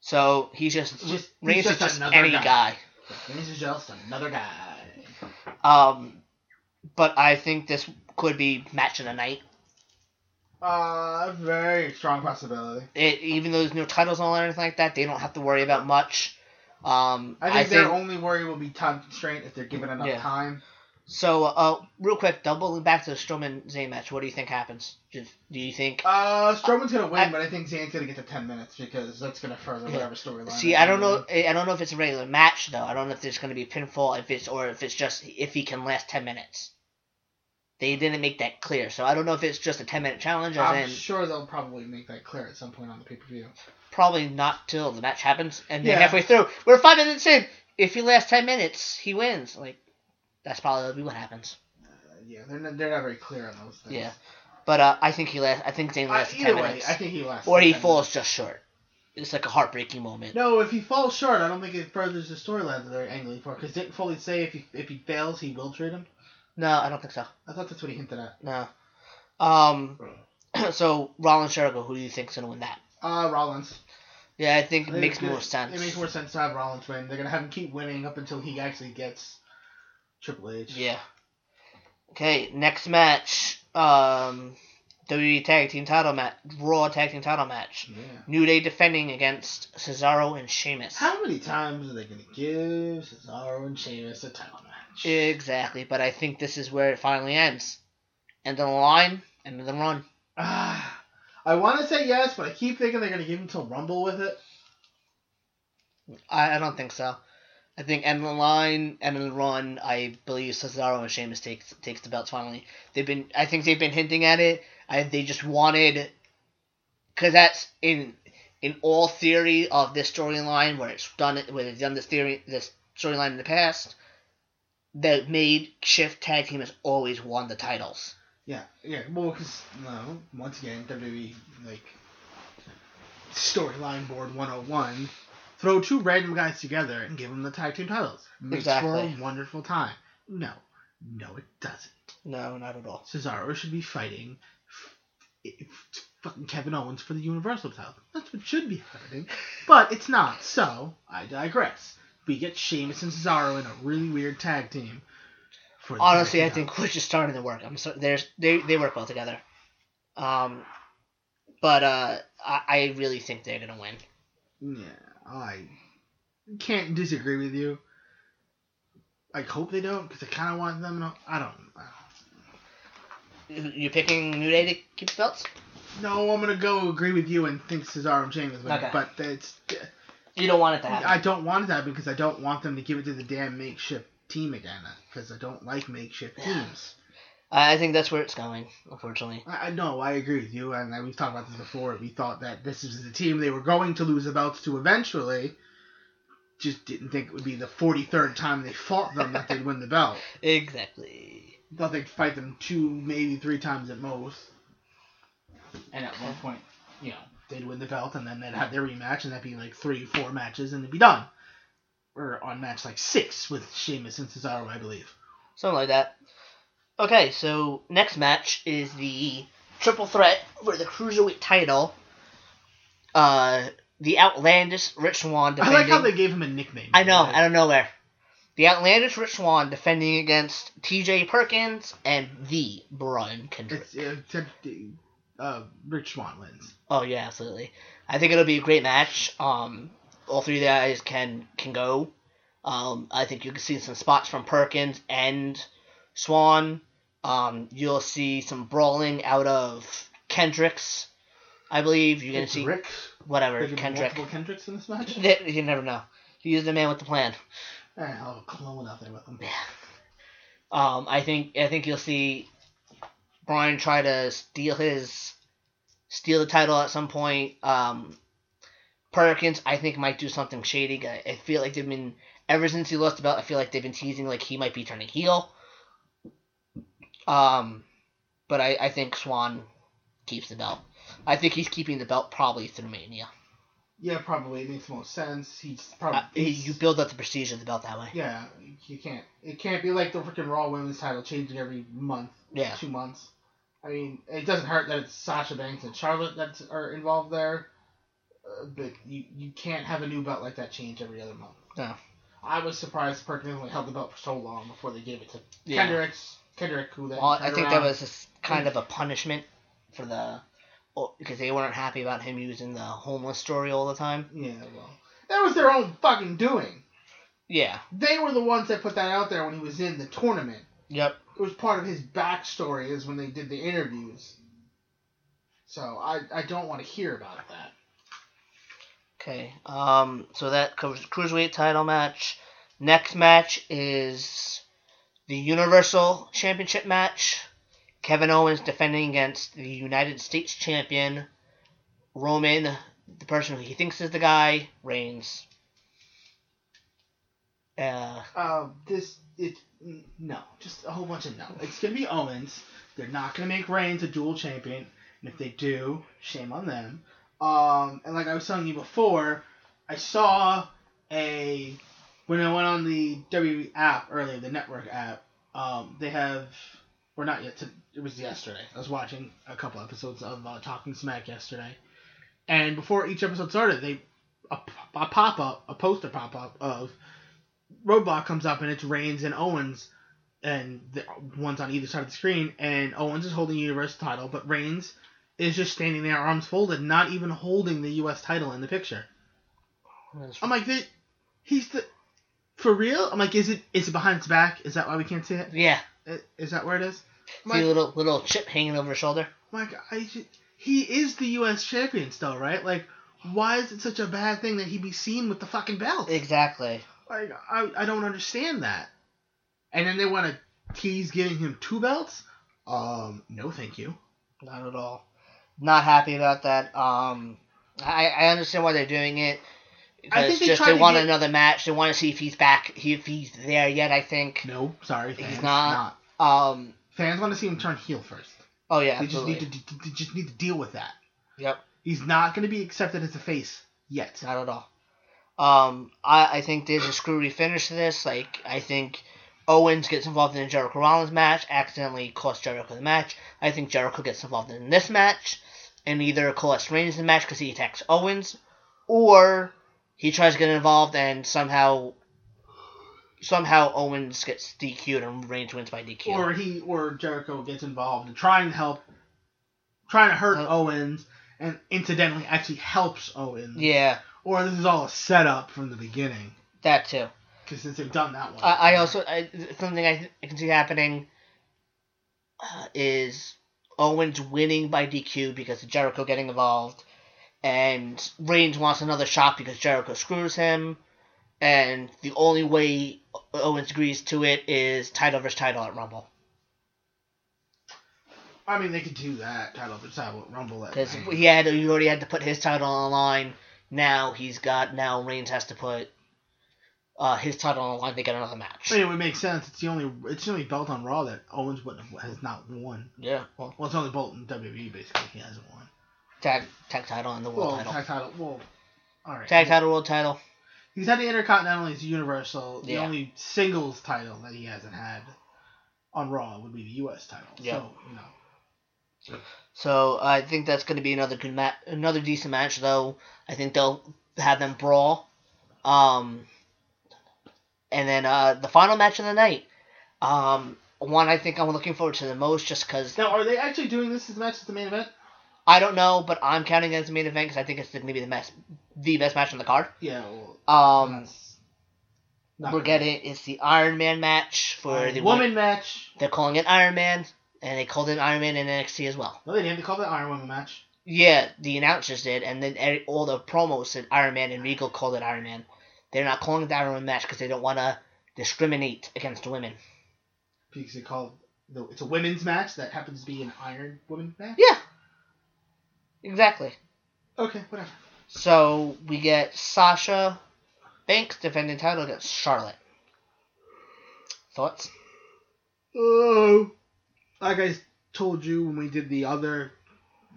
Speaker 1: So he's just,
Speaker 2: It's just- he's
Speaker 1: Reigns
Speaker 2: just
Speaker 1: is just
Speaker 2: another
Speaker 1: any
Speaker 2: guy.
Speaker 1: guy.
Speaker 2: Reigns is just another guy.
Speaker 1: Um, but I think this could be match of the night.
Speaker 2: Uh, very strong possibility.
Speaker 1: It, even though there's no titles on or anything like that, they don't have to worry about much. Um,
Speaker 2: I think their only worry will be time constraint if they're given enough
Speaker 1: Yeah.
Speaker 2: time.
Speaker 1: So, uh, real quick, doubling back to the Strowman Zayn match, what do you think happens? Do do you think?
Speaker 2: Uh, Strowman's gonna win,
Speaker 1: I-
Speaker 2: but I think Zayn's gonna get to ten minutes because that's gonna further
Speaker 1: Yeah.
Speaker 2: whatever storyline.
Speaker 1: See,
Speaker 2: they're
Speaker 1: I don't know.
Speaker 2: doing.
Speaker 1: I don't know if it's a regular match though. I don't know if there's going to be a pinfall, if it's or if it's just if he can last ten minutes. They didn't make that clear, so I don't know if it's just a ten minute challenge, as
Speaker 2: I'm
Speaker 1: in
Speaker 2: sure they'll probably make that clear at some point on the pay per view.
Speaker 1: probably not till the match happens, and then
Speaker 2: Yeah.
Speaker 1: halfway through, we're five minutes in. If he lasts ten minutes, he wins. Like that's probably what happens.
Speaker 2: Uh, yeah, they're not, they're not very clear on those things.
Speaker 1: Yeah, but uh, I think he lasts. I think Zayn
Speaker 2: I,
Speaker 1: lasts
Speaker 2: Uh, either
Speaker 1: ten
Speaker 2: way,
Speaker 1: minutes,
Speaker 2: I think he lasts.
Speaker 1: or he
Speaker 2: 10
Speaker 1: falls just short. It's like a heartbreaking moment.
Speaker 2: minutes. No, if he falls short, I don't think it furthers the storyline that they're angling for. Because didn't Foley say if he if he fails, he will treat him?
Speaker 1: No, I don't think so.
Speaker 2: I thought that's what he hinted at.
Speaker 1: No. Um. so Rollins Jericho, who do you think's gonna win that?
Speaker 2: Uh, Rollins.
Speaker 1: Yeah, I think it
Speaker 2: They-
Speaker 1: makes
Speaker 2: they-
Speaker 1: more sense.
Speaker 2: It makes more sense to have Rollins win. They're gonna have him keep winning up until he actually gets Triple H.
Speaker 1: Yeah. Okay, next match. Um, WWE Tag Team Title match, Raw Tag Team Title match.
Speaker 2: Yeah.
Speaker 1: New Day defending against Cesaro and Sheamus.
Speaker 2: How many times are they gonna give Cesaro and Sheamus a title match?
Speaker 1: Exactly, but I think this is where it finally ends. End of the line, end of the run.
Speaker 2: Ah, I want to say yes, but I keep thinking they're gonna give him to Rumble with it.
Speaker 1: I, I don't think so. I think end of the line, end of the run. I believe Cesaro and Sheamus takes takes the belts finally. They've been, I think they've been hinting at it. I they just wanted, because that's in in all theory of this storyline where it's done where they've done this theory this storyline in the past. The made shift tag team has always won the titles.
Speaker 2: Yeah, yeah. Well, because no, once again, WWE like storyline board 101. Throw two random guys together and give them the tag team titles. Makes
Speaker 1: Exactly.
Speaker 2: for a wonderful time. No, no, it doesn't.
Speaker 1: No, not at all.
Speaker 2: Cesaro should be fighting f- f- fucking Kevin Owens for the Universal title. That's what should be happening, but it's not. So I digress. We get Sheamus and Cesaro in a really weird tag team. For the
Speaker 1: Honestly, I
Speaker 2: tag team
Speaker 1: think Quish is starting to work. I'm so there's they they work well together. Um, but uh, I, I really think they're gonna win.
Speaker 2: Yeah, I can't disagree with you. I hope they don't, because I kind of want them. To, I don't.
Speaker 1: You- You're picking New Day to keep the belts.
Speaker 2: No, I'm gonna go agree with you and think Cesaro and Sheamus win,
Speaker 1: Okay.
Speaker 2: but it's.
Speaker 1: You don't want it to happen.
Speaker 2: I don't want that because I don't want them to give it to the damn makeshift team again, because I don't like makeshift teams.
Speaker 1: I, I think that's where it's going. Unfortunately,
Speaker 2: I, I know, I agree with you, and we've talked about this before. We thought that this is the team they were going to lose the belts to eventually. Just didn't think it would be the 43rd time they fought them that they'd win the belt.
Speaker 1: exactly.
Speaker 2: thought they'd fight them two, maybe three times at most. And at one point, you know, they'd win the belt and then they'd have their rematch and that'd be like three, four matches and it'd be done. We're on match like six with Sheamus and Cesaro, I believe.
Speaker 1: Something like that. Okay, so next match is the triple threat for the cruiserweight title. Uh, the outlandish Rich Swan defending.
Speaker 2: I like how they gave him a nickname.
Speaker 1: I know, out of nowhere. The outlandish Rich Swan defending against T.J. Perkins and the Brian Kendrick.
Speaker 2: It's uh, t- uh, Rich Swan wins.
Speaker 1: Oh yeah, absolutely. I think it'll be a great match. Um, all three guys can can go. Um, I think you can see some spots from Perkins and Swan. Um, you'll see some brawling out of Kendricks. I believe you're gonna
Speaker 2: It's
Speaker 1: see
Speaker 2: Rick.
Speaker 1: whatever
Speaker 2: There's
Speaker 1: Kendrick.
Speaker 2: multiple Kendricks in this match.
Speaker 1: Th- You never know. He is the man with the plan.
Speaker 2: All right, I'll have a clone out there with him.
Speaker 1: Um, I think I think you'll see Brian try to steal his steal the title at some point. Um, Perkins, I think, might do something shady. I, I feel like they've been ever since he lost the belt. I feel like they've been teasing like he might be turning heel. Um, but I, I think Swan keeps the belt. I think he's keeping the belt probably through Mania.
Speaker 2: Yeah, probably it makes the most sense. Um, He's probably
Speaker 1: Uh, you build up the prestige of the belt that way.
Speaker 2: Yeah, you can't. It can't be like the freaking Raw Women's title changing every month,
Speaker 1: Yeah.
Speaker 2: two months. I mean, it doesn't hurt that it's Sasha Banks and Charlotte that are involved there, uh, but you you can't have a new belt like that change every other month.
Speaker 1: No.
Speaker 2: I was surprised Perkins only held the belt for so long before they gave it to
Speaker 1: Yeah.
Speaker 2: Kendrick's Kendrick who then
Speaker 1: Well, I
Speaker 2: turned
Speaker 1: think
Speaker 2: around.
Speaker 1: that was just kind of a punishment for the oh, because they weren't happy about him using the homeless story all the time.
Speaker 2: Yeah, well, that was their own fucking doing.
Speaker 1: Yeah.
Speaker 2: They were the ones that put that out there when he was in the tournament.
Speaker 1: Yep.
Speaker 2: It was part of his backstory is when they did the interviews. So I, I don't want to hear about that.
Speaker 1: Okay. Um. So that covers the cruiserweight title match. Next match is the Universal Championship match. Kevin Owens defending against the United States champion Roman, the person who he thinks is the guy, Reigns. Uh,
Speaker 2: Uh, this it n- no, just a whole bunch of no. It's gonna be Owens. They're not gonna make Reigns a dual champion, and if they do, shame on them. Um, and like I was telling you before, I saw a when I went on the WWE app earlier, the network app. Um, they have or not yet. To, it was yesterday. I was watching a couple episodes of uh, Talking Smack yesterday, and before each episode started, they a, p- a pop up, a poster pop up of Roadblock comes up and it's Reigns and Owens, and the one's on either side of the screen, and Owens is holding the Universal title, but Reigns is just standing there, arms folded, not even holding the U.S. title in the picture. I'm like, "Th- he's the for real. I'm like, is it is it behind his back? Is that why we can't see it?
Speaker 1: yeah.
Speaker 2: I- Is that where it is? I'm
Speaker 1: See a
Speaker 2: like,
Speaker 1: little little chip hanging over his shoulder.
Speaker 2: I'm like, I ju- he is the U.S. champion still, right? Like, why is it such a bad thing that he be seen with the fucking belt?
Speaker 1: Exactly.
Speaker 2: Like I, I don't understand that. And then they want to tease giving him two belts. Um, no, thank you.
Speaker 1: Not at all. Not happy about that. Um, I, I understand why they're doing it.
Speaker 2: I think
Speaker 1: It's
Speaker 2: they
Speaker 1: just
Speaker 2: tried
Speaker 1: they
Speaker 2: to
Speaker 1: want
Speaker 2: get-
Speaker 1: another match. They want to see if he's back, if he's there yet. I think.
Speaker 2: No, sorry,
Speaker 1: He's
Speaker 2: fans.
Speaker 1: not. Um.
Speaker 2: Fans want to see him turn heel first.
Speaker 1: Oh yeah.
Speaker 2: They just
Speaker 1: Absolutely.
Speaker 2: need to d- d- just need to deal with that.
Speaker 1: Yep.
Speaker 2: He's not going to be accepted as a face yet.
Speaker 1: Not at all. Um. I I think there's a screwy finish to this. Like I think. Owens gets involved in a Jericho Rollins match, accidentally costs Jericho the match. I think Jericho gets involved in this match, and either costs Reigns the match because he attacks Owens, or he tries to get involved and somehow somehow Owens gets DQ'd and Reigns wins by DQ.
Speaker 2: Or he or Jericho gets involved in trying to help, trying to hurt
Speaker 1: Uh,
Speaker 2: Owens, and incidentally actually helps Owens.
Speaker 1: yeah,
Speaker 2: Or this is all a setup from the beginning.
Speaker 1: that too.
Speaker 2: Because since they've done that one,
Speaker 1: I, I also I, something I, th- I can see happening uh, is Owens winning by DQ because of Jericho getting involved, and Reigns wants another shot because Jericho screws him, and the only way O- Owens agrees to it is title versus title at Rumble
Speaker 2: I mean, they could do that title for title at Rumble. At
Speaker 1: because
Speaker 2: night.
Speaker 1: he had he already had to put his title on the line. Now he's got now Reigns has to put uh, his title on the line to get another match.
Speaker 2: I mean, it would make sense. It's the only it's the only belt on Raw that Owens wouldn't have, has not won.
Speaker 1: Yeah, well,
Speaker 2: Well, it's the only belt in WWE basically he hasn't won.
Speaker 1: tag tag title and the world
Speaker 2: well,
Speaker 1: title.
Speaker 2: tag title. Well, all right.
Speaker 1: Tag title, world title.
Speaker 2: He's had the Intercontinental, he's Universal. The
Speaker 1: Yeah.
Speaker 2: only singles title that he hasn't had on Raw would be the U.S. title.
Speaker 1: Yeah.
Speaker 2: So you know,
Speaker 1: So I think that's going to be another good match, another decent match though. I think they'll have them brawl. Um, and then uh, the final match of the night, um, one I think I'm looking forward to the most, just because
Speaker 2: now are they actually doing this as a match as the main event?
Speaker 1: I don't know, but I'm counting it as the main event because I think it's going to be the best, the best match on the card.
Speaker 2: Yeah. Well,
Speaker 1: Um,
Speaker 2: that's not
Speaker 1: we're
Speaker 2: good.
Speaker 1: getting it's the Iron Man match for
Speaker 2: Alright,
Speaker 1: the
Speaker 2: woman match.
Speaker 1: They're calling it Iron Man, and they called it Iron Man in NXT as well.
Speaker 2: No, they didn't. They called it Iron Woman match.
Speaker 1: Yeah, the announcers did, and then e- all the promos said Iron Man, and Regal called it Iron Man. They're not calling it the Iron Man match because they don't want to discriminate against women.
Speaker 2: because they call the, it's a women's match that happens to be an Iron Woman match.
Speaker 1: Yeah, exactly.
Speaker 2: Okay, whatever.
Speaker 1: So we get Sasha Banks defending title against Charlotte. Thoughts?
Speaker 2: Oh, like I told you when we did the other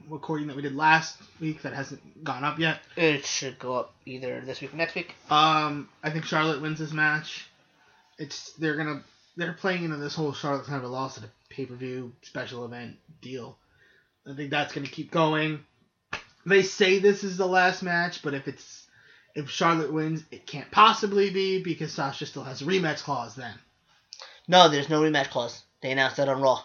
Speaker 2: recording that we did last week that hasn't gone up yet.
Speaker 1: It should go up either this week or next week.
Speaker 2: Um, I think Charlotte wins this match. It's they're gonna they're playing into this whole Charlotte's never lost at a pay per view special event deal. I think that's gonna keep going. They say this is the last match, but if it's if Charlotte wins, it can't possibly be because Sasha still has a rematch clause then.
Speaker 1: No, there's no rematch clause. They announced that on Raw.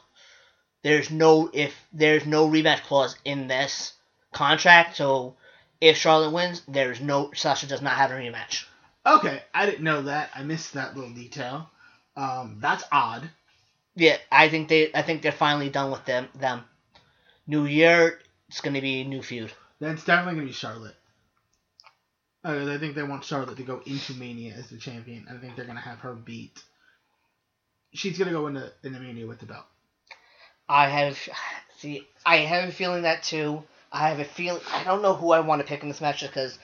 Speaker 1: There's no if there's no rematch clause in this. contract, so if Charlotte wins, there's no Sasha does not have a rematch.
Speaker 2: Okay, I didn't know that. I missed that little detail. Um, that's odd.
Speaker 1: Yeah, I think they I think they're finally done with them them. New year, it's gonna be a new feud.
Speaker 2: That's definitely gonna be Charlotte. Uh, I think they want Charlotte to go into Mania as the champion. I think they're gonna have her beat. She's gonna go into into Mania with the belt.
Speaker 1: I have see I have a feeling that too. I have a feeling I don't know who I want to pick in this match because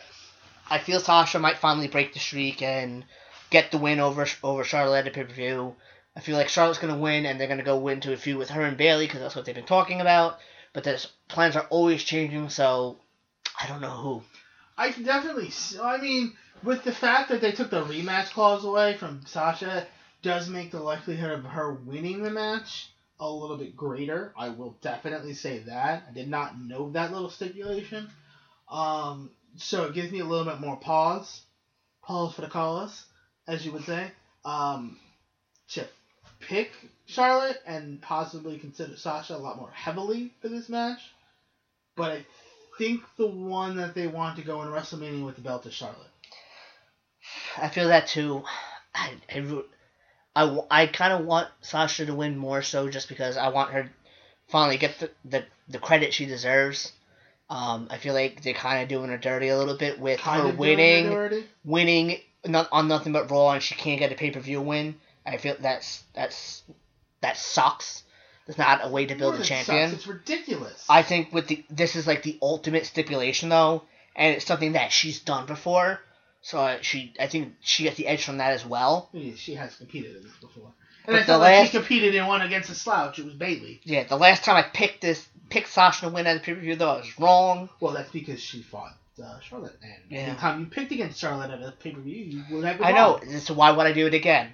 Speaker 1: I feel Sasha might finally break the streak and get the win over over Charlotte at pay per view. I feel like Charlotte's gonna win and they're gonna go into a feud with her and Bailey because that's what they've been talking about. But there's plans are always changing, so I don't know who.
Speaker 2: I can definitely. s- I mean, with the fact that they took the rematch clause away from Sasha, does make the likelihood of her winning the match a little bit greater. I will definitely say that. I did not know that little stipulation. Um, so it gives me a little bit more pause, pause for the cause, as you would say, um, to pick Charlotte and possibly consider Sasha a lot more heavily for this match. But I think the one that they want to go in WrestleMania with the belt is Charlotte.
Speaker 1: I feel that too. I I, ru- I, w- I kind of want Sasha to win more so just because I want her finally get the the, the credit she deserves. Um, I feel like they're kind of doing her dirty a little bit with
Speaker 2: Kind
Speaker 1: her
Speaker 2: of doing
Speaker 1: winning.
Speaker 2: it already.
Speaker 1: winning not on nothing but Raw, and she can't get a pay per view win. I feel that's that's that sucks. That's not a way to build
Speaker 2: Lord,
Speaker 1: a
Speaker 2: it
Speaker 1: champion.
Speaker 2: sucks. It's ridiculous.
Speaker 1: I think with the this is like the ultimate stipulation though, and it's something that she's done before. So uh, she, I think she gets the edge from that as well.
Speaker 2: Yeah, she has competed in this before.
Speaker 1: But
Speaker 2: And I
Speaker 1: the
Speaker 2: felt like
Speaker 1: last-
Speaker 2: she competed in one against a slouch. It was Bailey.
Speaker 1: Yeah, the last time I picked this picked Sasha to win at the pay per view though, I was wrong.
Speaker 2: Well, that's because she fought uh, Charlotte. And
Speaker 1: Yeah.
Speaker 2: the time you picked against Charlotte at a pay per view, you would have been
Speaker 1: I know.
Speaker 2: wrong.
Speaker 1: So why would I do it again?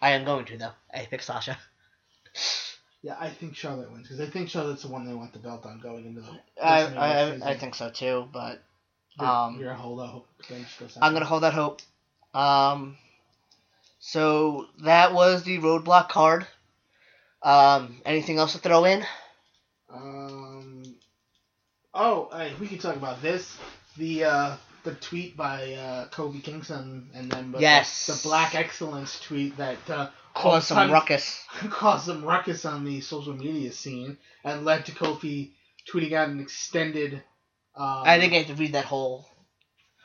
Speaker 1: I am going to though. I picked Sasha.
Speaker 2: Yeah, I think Charlotte wins because I think Charlotte's the one they want the belt on going into the.
Speaker 1: I
Speaker 2: WrestleMania season.
Speaker 1: I, I think so too, but
Speaker 2: You're,
Speaker 1: um,
Speaker 2: you're a holdout. Thanks for
Speaker 1: I'm gonna hold that hope. Um, so that was the roadblock card. Um, anything else to throw in?
Speaker 2: Um. Oh, hey, we can talk about this. The uh, the tweet by uh, Kobe Kingston, and then the-
Speaker 1: Yes.
Speaker 2: the, Black Excellence tweet that uh,
Speaker 1: Cause some
Speaker 2: caused-
Speaker 1: ruckus.
Speaker 2: caused some ruckus on the social media scene and led to Kofi tweeting out an extended. Um,
Speaker 1: I didn't get to read that whole.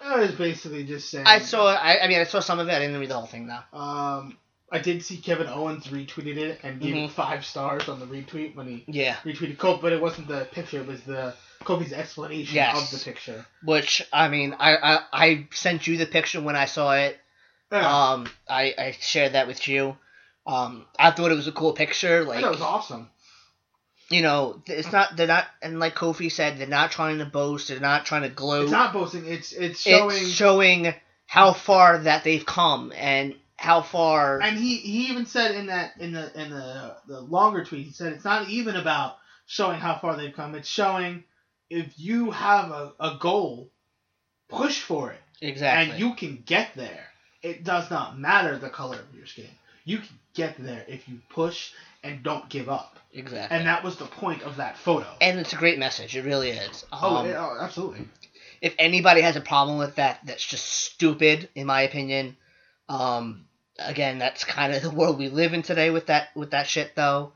Speaker 2: it was basically just saying.
Speaker 1: I saw. I, I mean, I saw some of it. I didn't read the whole thing though.
Speaker 2: Um, I did see Kevin Owens retweeted it and gave
Speaker 1: Mhm.
Speaker 2: it five stars on the retweet when he
Speaker 1: Yeah.
Speaker 2: retweeted Kofi, but it wasn't the picture; it was the Kofi's explanation
Speaker 1: Yes.
Speaker 2: of the picture.
Speaker 1: Which I mean, I, I I sent you the picture when I saw it.
Speaker 2: Yeah,
Speaker 1: Um, I I shared that with you. Um, I thought it was a cool picture.
Speaker 2: I
Speaker 1: Like
Speaker 2: thought it was awesome.
Speaker 1: you know, it's not they're not and like Kofi said, they're not trying to boast. They're not trying to gloat.
Speaker 2: It's not boasting; it's it's showing.
Speaker 1: it's showing how far that they've come and how far
Speaker 2: and he, he even said in that in the in the the longer tweet he said it's not even about showing how far they've come it's showing if you have a, a goal push for it
Speaker 1: exactly
Speaker 2: and you can get there it does not matter the color of your skin you can get there if you push and don't give up
Speaker 1: exactly
Speaker 2: and
Speaker 1: and,
Speaker 2: that was the point of that photo
Speaker 1: it's a great message it really is
Speaker 2: oh,
Speaker 1: Um,
Speaker 2: yeah, oh absolutely
Speaker 1: if anybody has a problem with that that's just stupid in my opinion um again that's kind of the world we live in today with that with that shit though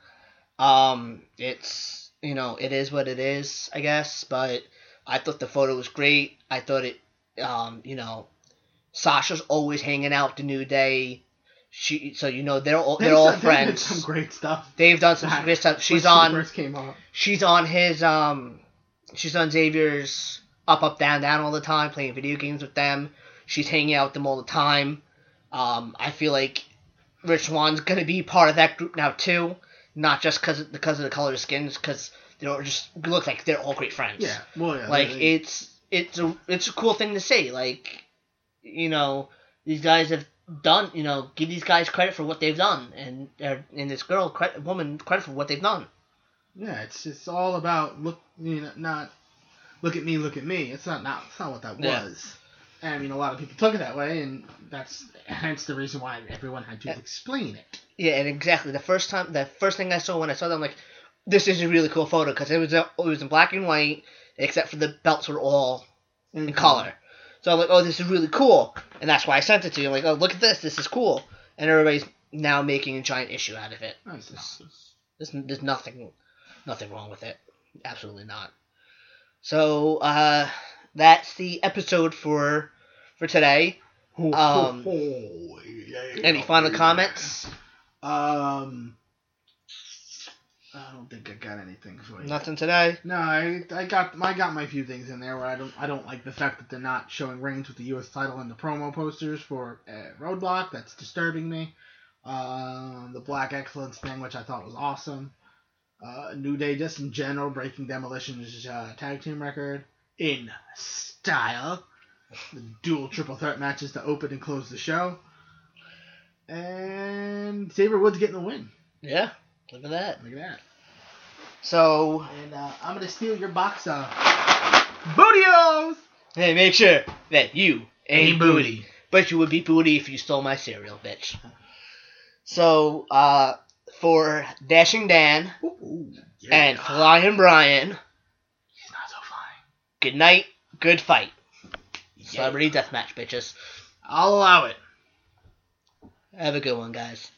Speaker 1: um it's you know it is what it is i guess but i thought the photo was great i thought it um you know sasha's always hanging out with the new day she so you know they're all they're
Speaker 2: They've
Speaker 1: all
Speaker 2: done- they've done
Speaker 1: friends
Speaker 2: some great stuff
Speaker 1: they've done some
Speaker 2: Back
Speaker 1: great stuff she's
Speaker 2: when she
Speaker 1: on
Speaker 2: first came up
Speaker 1: she's on his um she's on Xavier's up up down down all the time playing video games with them. She's hanging out with them all the time. Um, I feel like Rich Swan's gonna be part of that group now too, not just because because of the color of skins, because they don't just look like they're all great friends.
Speaker 2: yeah well yeah
Speaker 1: like
Speaker 2: they-
Speaker 1: it's it's a it's a cool thing to say. Like you know these guys have done you know give these guys credit for what they've done and or- and this girl credit woman credit for what they've done.
Speaker 2: Yeah, it's it's all about look, you know, not look at me, look at me. It's not not it's not what that
Speaker 1: Yeah.
Speaker 2: was. And I mean, a lot of people took it that way, and that's hence the reason why everyone had to explain it.
Speaker 1: Yeah, and exactly. The first time, the first thing I saw when I saw that, I'm like, this is a really cool photo because it was a, it was in black and white. except for the belts were all
Speaker 2: Mm-hmm.
Speaker 1: in color. So I'm like, oh, this is really cool, and that's why I sent it to you. I'm like, oh, look at this, this is cool, and everybody's now making a giant issue out of it.
Speaker 2: Nice. Oh, It's- it's-
Speaker 1: There's, there's nothing, nothing wrong with it. Absolutely not. So uh, that's the episode for for today. Um,
Speaker 2: Oh, yeah.
Speaker 1: Any final comments?
Speaker 2: Um, I don't think I got anything for you.
Speaker 1: Nothing today.
Speaker 2: No, I, I got I got my few things in there where I don't I don't like the fact that they're not showing Reigns with the U.S. title in the promo posters for uh, Roadblock. That's disturbing me. Um, the Black Excellence thing, which I thought was awesome. Uh, New Day just in general breaking Demolition's uh, tag team record in style. The dual triple threat matches to open and close the show. And Xavier Woods getting the win.
Speaker 1: Yeah. Look at that.
Speaker 2: Look at that.
Speaker 1: So
Speaker 2: And uh, I'm gonna steal your box of bootios.
Speaker 1: hey, make sure that you ain't booty. But you would be booty if you stole my cereal, bitch. So, uh, for Dashing Dan
Speaker 2: Ooh, ooh, yeah.
Speaker 1: and Flying Brian,
Speaker 2: he's not so fine.
Speaker 1: good night, good fight.
Speaker 2: Yeah.
Speaker 1: Celebrity deathmatch, bitches.
Speaker 2: I'll allow it.
Speaker 1: Have a good one, guys.